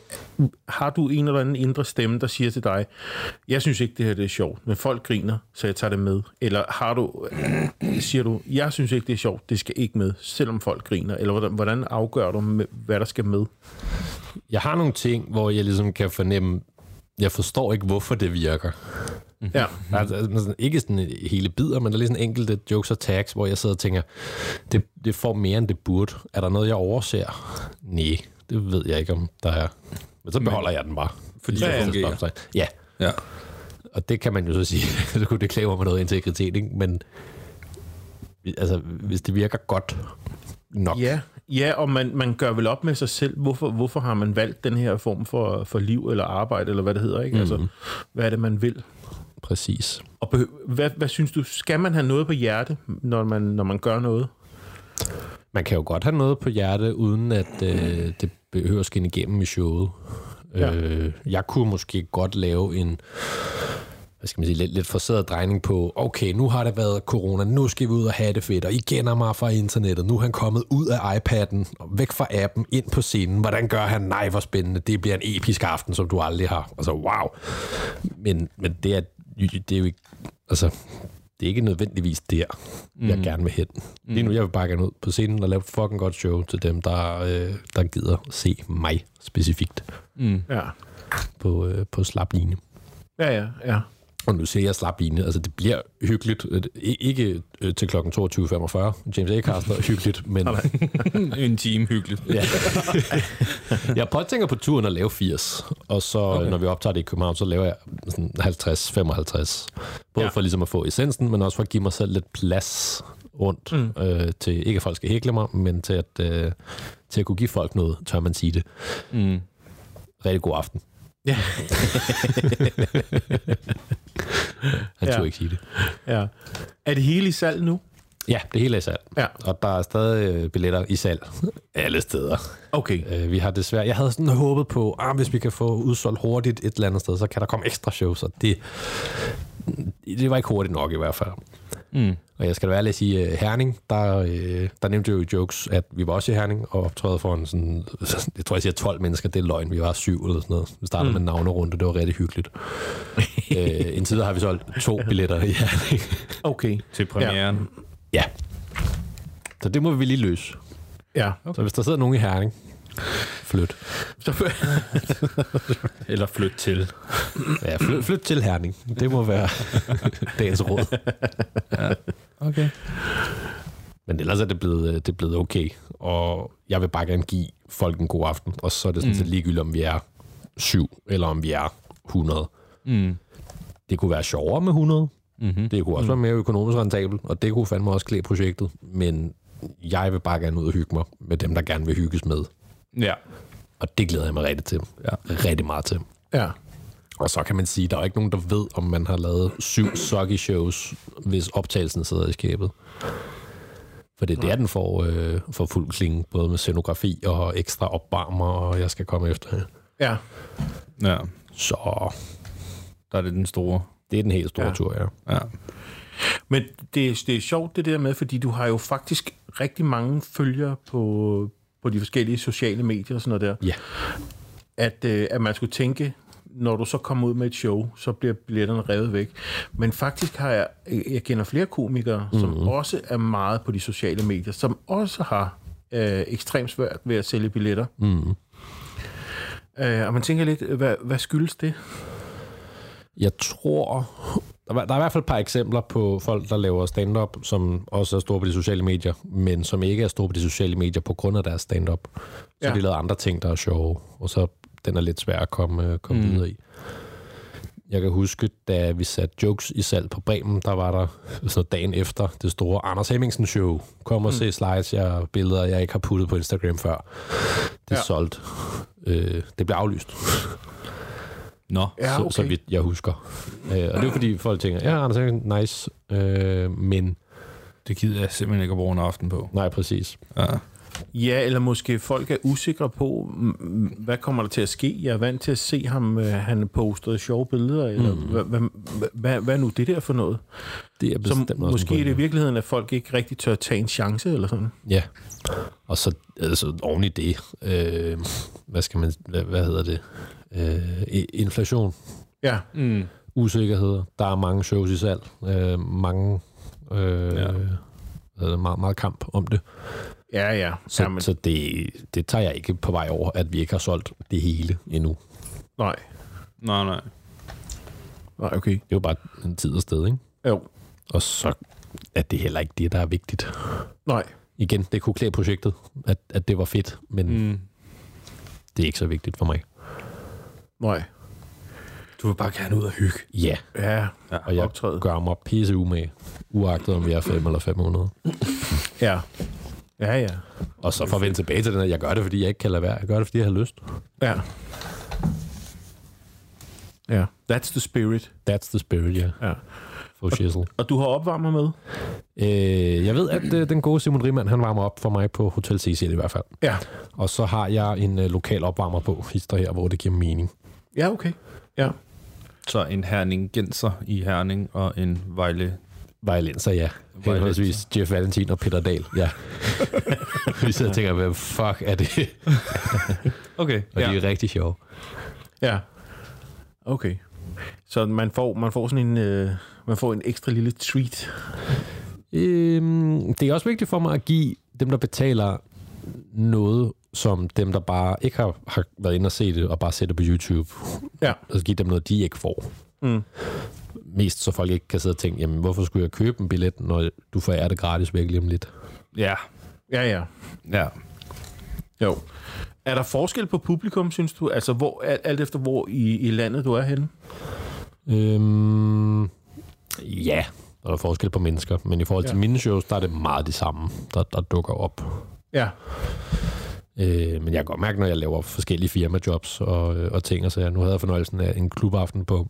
har du en eller anden indre stemme, der siger til dig, jeg synes ikke, det her det er sjovt, men folk griner, så jeg tager det med? Eller har du, øh, siger du, jeg synes ikke, det er sjovt, det skal ikke med, selvom folk griner? Eller hvordan, hvordan afgør du, med, hvad der skal med?
Jeg har nogle ting, hvor jeg ligesom kan fornemme, jeg forstår ikke, hvorfor det virker.
Ja,
Der er altså sådan, ikke sådan hele bidder, men der er lige sådan enkelte jokes og tags, hvor jeg sidder og tænker, det, det får mere, end det burde. Er der noget, jeg overser? Nej, det ved jeg ikke, om der er. Men så beholder jeg den bare.
Fordi
Lige
det
til
fungerer.
stopstegn. Ja, [laughs]
Ja.
og det kan man jo så sige, [laughs] så kunne det klæve mig noget integritet, ikke? men altså, hvis det virker godt nok,
Ja, ja og man, man gør vel op med sig selv, hvorfor, hvorfor har man valgt den her form for, for liv eller arbejde, eller hvad det hedder, ikke? Altså, hvad er det, man vil?
præcis.
Og behø- hvad, hvad synes du, skal man have noget på hjerte, når man, når man gør noget?
Man kan jo godt have noget på hjerte, uden at øh, det behøver at skinne igennem i showet. Ja.
Ja.
Øh, jeg kunne måske godt lave en hvad skal man sige, lidt, lidt forseret drejning på, okay, nu har det været corona, nu skal vi ud og have det fedt, og I kender mig fra internettet, nu er han kommet ud af iPad'en, og væk fra appen, ind på scenen, hvordan gør han? Nej, hvor spændende, det bliver en episk aften, som du aldrig har. Altså, wow. Men, men det, er, det er jo ikke, altså, det er ikke nødvendigvis der, jeg gerne vil hen. Lige nu, jeg vil bare gerne ud på scenen og lave et fucking godt show til dem, der, øh, der gider se mig specifikt
Ja,
på, øh, på slap linje.
ja, ja. ja.
Og nu siger jeg slap line, altså det bliver hyggeligt, Øh, I- ikke øh, til klokken 22.45, James A. Carsten er hyggeligt, men
en time hyggeligt.
ja. jeg påtænker på turen at lave 80, og så okay. når vi optager det i København, så laver jeg sådan 50-55. Både ja.
Ja.
for ligesom at få essensen, men også for at give mig selv lidt plads rundt, mm. øh, til ikke at folk skal hækle mig, men til at, øh, til at kunne give folk noget, tør man sige det.
Mm.
Rigtig god aften. [laughs]
Ja.
Han turde
Ja.
ikke sige det.
ja. Er det hele i salg nu?
Ja, det hele er i salg.
Ja.
Og der er stadig øh, billetter i salg. Alle steder.
Okay.
Øh, vi har desværre... Jeg havde sådan håbet på, at ah, hvis vi kan få udsolgt hurtigt et eller andet sted, så kan der komme ekstra shows, og det, det var ikke hurtigt nok i hvert fald.
Mm.
Og jeg skal da være ærlig at sige, øh, Herning, der, øh, der nævnte jeg jo i jokes, at vi var også i Herning og optræde foran sådan, jeg tror jeg siger 12 mennesker, det er løgn, vi var syv eller sådan noget. Vi startede mm. med en navnerunde, det var rigtig hyggeligt. øh, indtil videre har vi solgt to billetter i Herning.
Okay.
Til premieren. Ja.
ja. Så det må vi lige løse.
Ja.
Okay. Så hvis der sidder nogen i Herning, flyt.
Så,
Eller flyt til.
Ja, flyt, flyt til Herning. Det må være dagens råd.
Okay.
Men ellers er det blevet, øh, det er blevet okay. Og jeg vil bare gerne give folk en god aften. Og så er det sådan set ligegyldigt, om vi er syv, eller om vi er 100.
Mm.
Det kunne være sjovere med 100.
Mm-hmm.
Det kunne også være mere økonomisk rentabelt, og det kunne fandme også klæde projektet. Men jeg vil bare gerne ud og hygge mig med dem, der gerne vil hygges med.
Ja.
Og det glæder jeg mig rigtig til. Ja. Rigtig meget til.
ja.
Og så kan man sige, at der er ikke nogen, der ved, om man har lavet syv soggy shows, hvis optagelsen sidder i skabet. For det er der, den får, øh, får fuld klinge, både med scenografi og ekstra opvarmer, og jeg skal komme efter. jer.
Ja.
Ja.
Så
Der er det den store.
det er den helt store ja. tur, ja.
Ja.
Men det, det er sjovt det der med, fordi du har jo faktisk rigtig mange følgere på, på de forskellige sociale medier og sådan noget der.
Ja.
At, øh, at man skulle tænke, når du så kommer ud med et show, så bliver billetterne revet væk. Men faktisk har jeg, jeg kender flere komikere, mm-hmm.
Mhm.
som også er meget på de sociale medier, som også har øh, ekstremt svært ved at sælge billetter.
Mm.
Øh, og man tænker lidt, hvad, hvad skyldes det?
Jeg tror... Der er, der er i hvert fald et par eksempler på folk, der laver stand-up, som også er store på de sociale medier, men som ikke er store på de sociale medier på grund af deres stand-up. Så
Ja.
ja. de laver andre ting, der er sjove, og så den er lidt svær at komme, øh, komme mm. videre i. Jeg kan huske, da vi satte jokes i salg på Bremen, der var der så dagen efter det store Anders Hemmingsen show. Kom og mm. se slides, jeg billeder, jeg ikke har puttet på Instagram før. Det
Ja.
ja. solgte. Øh, det blev aflyst.
Nå.
Ja,
Så, så
okay.
vidt jeg husker. Øh, og det er jo fordi, folk tænker, ja, Anders Henriksen, nice, øh, men
Det gider jeg simpelthen ikke at bruge en aften på.
nej, præcis.
Ja.
Ja, eller måske folk er usikre på, mm, mm, hvad kommer der til at ske? Jeg er vant til at se ham, øh, han postede sjove billeder, eller
Mhm.
hvad, hvad, hvad, hvad er nu det der for noget?
Det er bestemt
Så
også en
måske er
pointe.
det i virkeligheden, at folk ikke rigtig tør tage en chance, eller sådan.
Ja, og så altså, oven i det, øh, hvad skal man, hvad, hvad hedder det, øh, i- inflation,
Ja,
Mm.
usikkerheder, der er mange shows i salg, øh, mange, øh,
Ja.
ja. det, meget, meget kamp om det.
ja, ja.
Så,
Jamen,
så det, det tager jeg ikke på vej over, at vi ikke har solgt det hele endnu.
nej.
Nej, nej.
Nej, okay.
Det er jo bare en tid og sted, ikke?
Jo,
Og så er det heller ikke det, der er vigtigt.
nej.
igen, det kunne klæde projektet, at, at det var fedt, men mm.
Mm.
det er ikke så vigtigt for mig.
Nej.
Du vil bare gerne ud og hygge.
Ja,
Ja,
Ja,
og
og jeg
optræde.
gør mig pisse umage, uagtet om vi er 5 eller 500.
Ja. Ja, ja.
Og så for at vende tilbage til den her, jeg gør det, fordi jeg ikke kan lade være. Jeg gør det, fordi jeg har lyst.
Ja. Ja, that's the spirit.
That's the spirit, ja.
Ja.
For [laughs] shizzle.
Og du har opvarmer med?
Øh, jeg ved, at øh, den gode Simon Riemann, han varmer op for mig på Hotel Cecil i hvert fald.
Ja.
Og så har jeg en øh, lokal opvarmer på, hister her, hvor det giver mening.
Ja, okay. Ja.
Så en herning genser i herning, og en vejle...
Violenser, ja.
Violenser.
Henholdsvis Jeff Valentin og Peter Dahl, [laughs] ja. vi sidder og tænker, hvad fuck er det?
Okay,
Og ja. de er rigtig sjove.
Ja. Okay. Så man får, man får sådan en, øh, man får en ekstra lille treat.
Øhm, det er også vigtigt for mig at give dem, der betaler noget, som dem, der bare ikke har, har været inde og se det, og bare ser det på YouTube.
Ja.
Altså give dem noget, de ikke får.
Mm.
Mest så folk ikke kan sidde og tænke, jamen hvorfor skulle jeg købe en billet, når du får er det gratis væk lige om lidt?
Ja,
Ja, ja.
ja.
Jo. Er der forskel på publikum, synes du? Altså, hvor, alt alt efter hvor i, i landet du er henne?
Øhm, ja, der er forskel på mennesker, men i forhold
Ja.
til ja. mine shows, der er det meget det samme, der, der dukker op.
Ja.
Øh, men jeg kan godt mærke, når jeg laver forskellige firmajobs og, øh, og ting, og så jeg, nu havde jeg [clears throat] fornøjelsen af en klubaften på,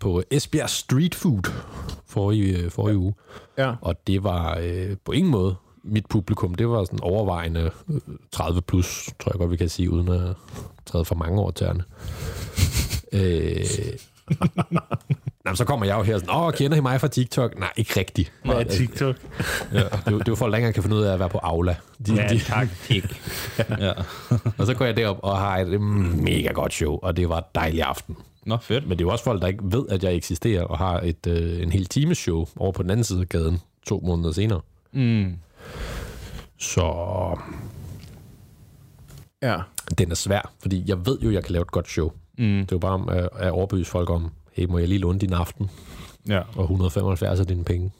på Esbjerg Street Food forrige, øh, forrige ja. uge.
Ja.
Og det var øh, på ingen måde mit publikum. Det var sådan overvejende øh, 30 plus, tror jeg godt, vi kan sige, uden at træde for mange år tæerne. øh, [laughs] Nå, men så kommer jeg jo her sådan, åh, kender I mig fra TikTok? Nej, ikke rigtigt.
Hvad er TikTok?
Ja, det, er jo- det er jo folk, der ikke engang kan finde ud af at være på Aula. De, ja, de,
tak, pik. ja.
og så går jeg derop og har et mm, mega godt show, og det var en dejlig aften.
[laughs] Nå, fedt.
Men det er jo også folk, der ikke ved, at jeg eksisterer, og har et, øh, en hel times show over på den anden side af gaden to måneder senere.
Mm.
Så
Ja.
den er svær, fordi jeg ved jo, jeg kan lave et godt show. Mm. Det er jo bare om at, at overbevise folk om, hey, må jeg lige låne din aften
Ja.
og 175 af dine penge.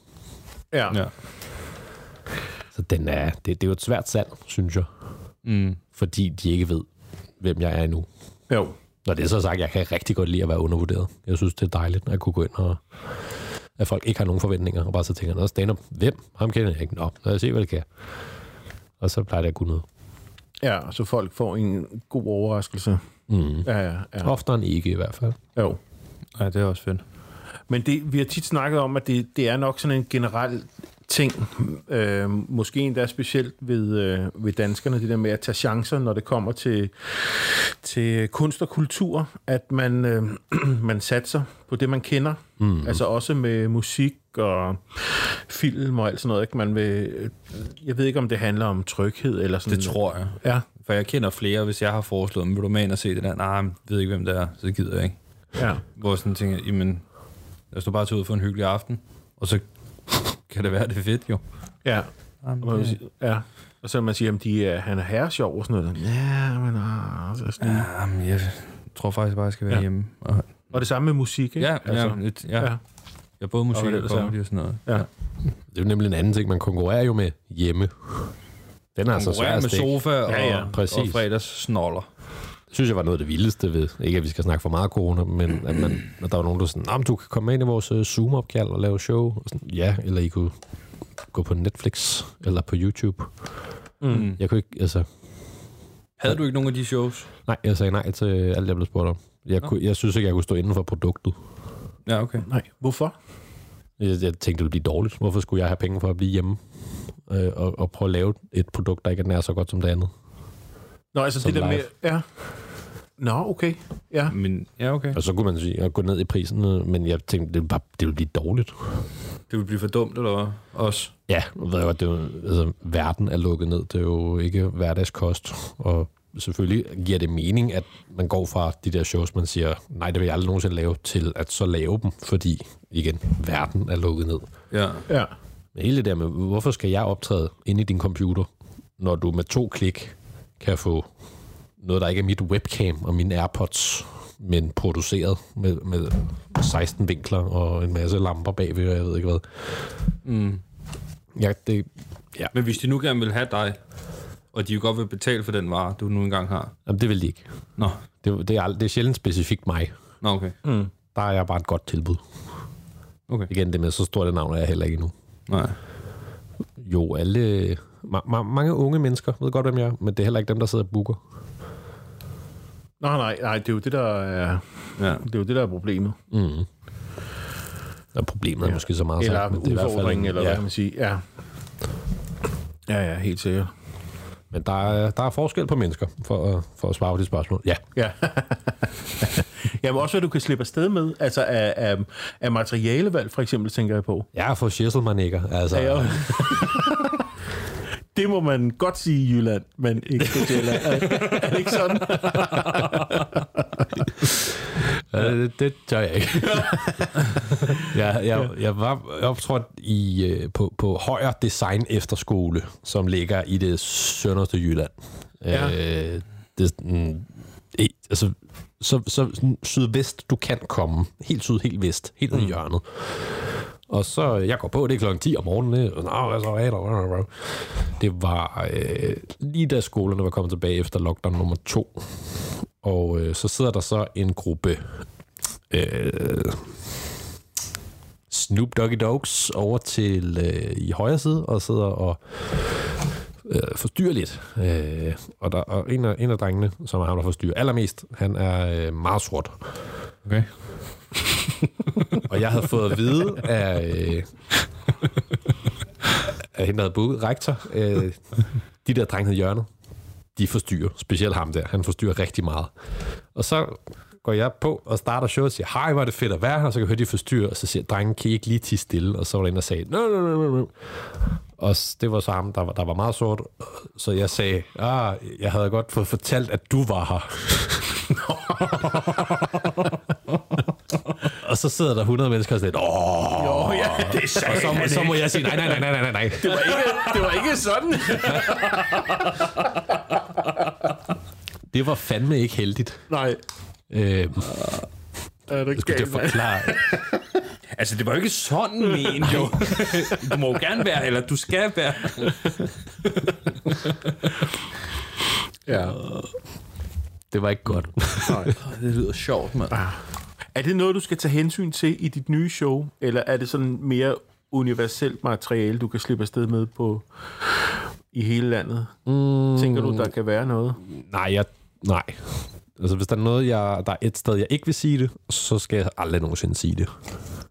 Ja. ja.
ja.
Så den er, det, det er jo et svært salg, synes jeg.
Mm.
fordi de ikke ved, hvem jeg er endnu.
Jo.
Når det er så sagt, jeg kan rigtig godt lide at være undervurderet. Jeg synes, det er dejligt at kunne gå ind og at folk ikke har nogen forventninger, og bare så tænker, nå, stand-up, hvem? Ham kender jeg ikke. Nå, lad os se, hvad det kan. Og så plejer det at kunne noget.
Ja, så folk får en god overraskelse.
Mm.
Ja, ja, ja.
Oftere end ikke i hvert fald.
Jo.
Ja, det er også fedt.
Men det, vi har tit snakket om, at det, det er nok sådan en generel ting, øh, måske endda specielt ved, øh, ved danskerne, det der med at tage chancer, når det kommer til, til kunst og kultur, at man, øh, [clears throat] man satser på det, man kender. Mm. Altså også med musik og film og alt sådan noget. Ikke? Man vil, øh, jeg ved ikke, om det handler om tryghed eller sådan
Det tror jeg.
Ja,
For jeg kender flere, hvis jeg har foreslået dem, vil du med ind og se det der? Nej, jeg ved ikke, hvem det er, så det gider jeg ikke.
ja.
Hvor sådan tænker jeg, jamen, lad os nu bare tage ud for en hyggelig aften, og så [laughs] kan det være, det er fedt jo.
Ja.
Jamen,
Og, man sige, ja. og så vil man sige, om de er, han er herresjov og sådan noget. Ja, men ah, så sådan. Ja.
Jamen, jeg tror faktisk bare, jeg skal være
Ja.
ja. hjemme. Og,
Og det samme med musik, ikke?
ja, altså, ja, lidt, ja, ja. Jeg er både musik
hvad
og,
det ellers
og
er.
comedy og sådan noget.
Ja.
Det er jo nemlig en anden ting, man konkurrerer jo med hjemme. Den er altså svær
Konkurrere
at
med
stikke.
sofa og,
Ja, ja,
præcis.
og fredags snoller.
Det synes jeg var noget af det vildeste ved. Ikke at vi skal snakke for meget corona, men at, man, at der var nogen, der var sådan, "Nå, men du kan komme ind i vores øh, Zoom-opkald og lave show. Og sådan, ja, eller I kunne gå på Netflix eller på YouTube.
Mm.
Jeg kunne ikke, altså,
Havde du ikke nogen af de shows?
nej, jeg sagde nej til alt, jeg blev spurgt om. Jeg, kunne, jeg synes ikke, jeg kunne stå inden for produktet.
Ja, okay.
Nej, hvorfor?
Jeg, jeg tænkte, det ville blive dårligt. Hvorfor skulle jeg have penge for at blive hjemme øh, og, og prøve at lave et produkt, der ikke er nær så godt som det andet?
Nå, altså
Som
det der
live.
med... Ja. Nå, okay. Ja.
Men, ja, okay.
Og så kunne man sige, at gå ned i prisen, øh, men jeg tænkte, det ville, bare, det ville blive dårligt.
Det ville blive for dumt, eller hvad? Også.
Ja, jeg ved jeg godt, det er jo, altså, verden er lukket ned. Det er jo ikke hverdagskost. Og selvfølgelig giver det mening, at man går fra de der shows, man siger, nej, det vil jeg aldrig nogensinde lave, til at så lave dem, fordi, igen, verden er lukket ned.
Ja.
Ja.
Men hele det der med, hvorfor skal jeg optræde inde i din computer, når du med to klik kan få noget, der ikke er mit webcam og mine AirPods, men produceret med, med 16 vinkler og en masse lamper bagved, og jeg ved ikke hvad. Mm. Ja, det,
Men hvis de nu gerne vil have dig, og de jo godt vil betale for den vare, du nu engang har.
jamen, det vil de ikke.
Nå,
Det, det, er, ald- det er sjældent specifikt mig.
Nå okay.
Der er jeg bare et godt tilbud.
Okay.
Igen, det med så stort et navn er jeg heller ikke endnu.
Nej.
Jo, alle... Ma- ma- mange unge mennesker ved godt, hvem jeg er, men det er heller ikke dem, der sidder og booker.
Nå, nej, nej, det er jo det, der er,
Ja.
det er, jo det, der er problemet.
Og problemet er Mm-hmm. ja. måske så meget
Eller
sagt, men det er i hvert fald
udfordringen,
en-
eller hvad
ja.
kan man sige. Ja. Ja, ja, helt sikkert.
Men der er, der er forskel på mennesker, for, at- for at svare på det spørgsmål. Ja,
Ja. [laughs] Jamen også, hvad du kan slippe afsted med. Altså af, af, af materialevalg, for eksempel, tænker jeg på.
jeg er for sjæsselmanikker. Altså,
Ja,
ja,
jo. [laughs] Det må man godt sige i Jylland, men ikke på Sjælland. Er, er det ikke sådan?
det, Øh, det tør jeg ikke. jeg, jeg, jeg var optrådt i, øh, på, på Højer Design Efterskole, som ligger i det sønderste Jylland.
Ja.
Øh, det, er sådan, eh, altså, så, så sådan sydvest du kan komme. Helt syd, helt vest. Helt mm. i hjørnet. Og så, øh, jeg går på, det er klokken 10 om morgenen. ikke? Og, Nå, hvad så, hvad er der? Hvad er der, hvad er der? Det var øh, lige da skolerne var kommet tilbage efter lockdown nummer to. Og øh, så sidder der så en gruppe øh, Snoop Doggy Dogs over til øh, i højre side og sidder og øh, forstyrrer lidt. Øh, og, der, og en, af, en af drengene, som er ham, der forstyrrer allermest, han er øh, meget sort.
Okay.
Og jeg havde fået at vide af, øh, af hende, der havde booket rektor, øh, de der drenge nede i hjørnet, de forstyrrer, specielt ham der. Han forstyrrer rigtig meget. Og så går jeg på og starter showet og siger, hej, hvor er det fedt at være her, og så kan jeg høre, de forstyrrer, og så siger jeg, drengen, kan I ikke lige tige stille? Og så var der en, der sagde, no, no, no, no, no. Og s- det var så ham, der var, der var meget sort, så jeg sagde, ah, jeg havde godt fået fortalt, at du var her. og så sidder der 100 mennesker og sådan lidt, åh,
Åh, ja, det sagde
og så, må-
han
så
ikke.
må jeg sige, nej, nej, nej, nej, nej, nej.
Det var ikke, det var ikke sådan.
Det var fandme ikke heldigt.
Nej,
Øhm,
er det
jeg skulle til at
galt, mand?
forklare.
Altså, det var jo ikke sådan, men [laughs] jo. Du må jo gerne være, eller du skal være.
Ja.
Det var ikke godt.
Det lyder sjovt, mand.
Er det noget, du skal tage hensyn til i dit nye show, eller er det sådan mere universelt materiale, du kan slippe afsted med på i hele landet? Mm. Tænker du, der kan være noget?
Nej, jeg, nej. Altså, hvis der er noget, jeg, der er et sted, jeg ikke vil sige det, så skal jeg aldrig nogensinde sige det.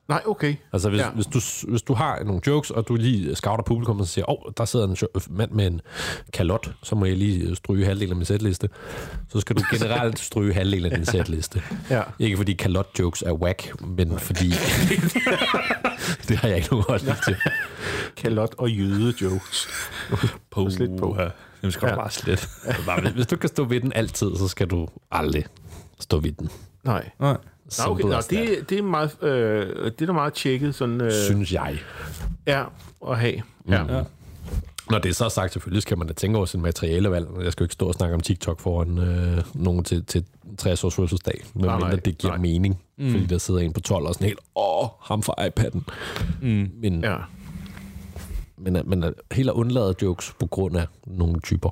Nej, okay.
Altså, hvis,
Ja.
ja. hvis, du, hvis du har nogle jokes, og du lige scouter publikum, og siger, åh, oh, der sidder en sjo- mand med en kalot, så må jeg lige stryge halvdelen af min sætliste. Så skal du [laughs] generelt stryge halvdelen af din sætliste.
Ja.
Ikke fordi kalot-jokes er whack, men [laughs] fordi... det har jeg ikke nogen holdning til.
Kalot og jøde [laughs] jokes.
På.
Slet på.
Jamen, skal du bare slet.
Bare, hvis du kan stå ved den altid, så skal du aldrig stå ved den.
Nej.
Nej.
Nå, okay. Nå, det, det, er meget, øh, det er da meget tjekket, sådan, øh,
synes jeg.
ja, at have. Ja.
Mm. Når det er så sagt, selvfølgelig skal man da tænke over sin materialevalg. Jeg skal jo ikke stå og snakke om TikTok foran øh, nogen til, til 60 års fødselsdag,
Nej, nej,
medmindre det giver
nej.
mening. Mm. Fordi der sidder en på 12 og sådan helt, åh, ham fra iPad'en. Mm. Men, ja.
ja.
men, at- men at helt at undlade jokes på grund af nogle typer.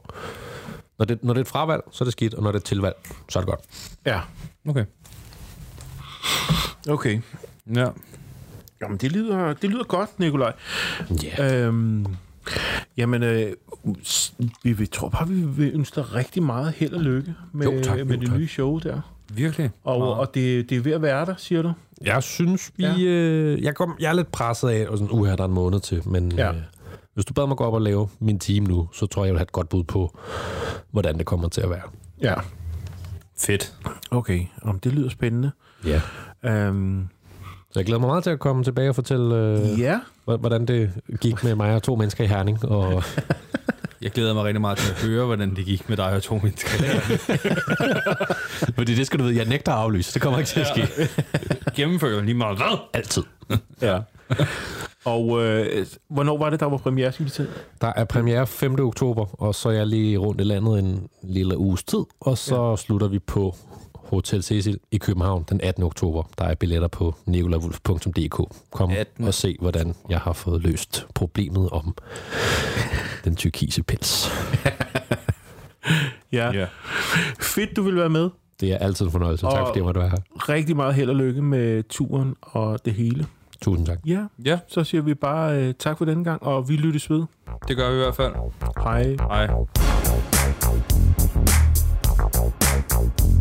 Når det, når det er et fravalg, så er det skidt, og når det er et tilvalg, så er det godt.
Ja,
Okay.
okay.
Ja.
Jamen, det lyder, det lyder godt, Nikolaj.
Yeah.
Øhm, jamen, øh, s- vi, vi tror bare, vi vil ønske dig rigtig meget held og lykke med,
Jo, tak.
med
Jo,
det
tak.
nye show der.
Virkelig.
Og, og det, det er ved at være der, siger du?
Jeg synes, vi...
Ja.
Ja. Øh, jeg, kom, jeg er lidt presset af, og sådan, uha, der er en måned til, men
Ja.
ja. øh, hvis du bad mig gå op og lave min time nu, så tror jeg, jeg vil have et godt bud på, hvordan det kommer til at være.
Ja.
Fedt.
Okay, om det lyder spændende.
Ja.
Øhm,
Så jeg glæder mig meget til at komme tilbage og fortælle, øh,
ja,
ja. hvordan det gik med mig og to mennesker i Herning. Og,
Jeg glæder mig rigtig meget til at høre, hvordan det gik med dig og to mennesker.
[laughs] fordi det skal du vide, jeg nægter at aflyse. Det kommer ikke til at ske. Ja.
Gennemfører lige meget hvad?
Altid.
ja. [laughs] Og øh, hvornår var det, der var premiere, skal vi til?
Der er premiere 5. oktober, og så er jeg lige rundt i landet en lille uges tid, og så ja. slutter vi på Hotel Cecil i København den 18. oktober. Der er billetter på nicolawulf.dk. Kom
18.
og se, hvordan jeg har fået løst problemet om den tyrkiske pels.
Ja. ja. Fedt, du vil være med.
Det er altid en fornøjelse. Tak
Og-
fordi jeg måtte være her.
Rigtig meget held og lykke med turen og det hele.
Tusind tak.
Ja,
Ja,
så siger vi bare øh, tak for denne gang, og vi lyttes ved.
det gør vi i hvert fald.
Hej.
Hej.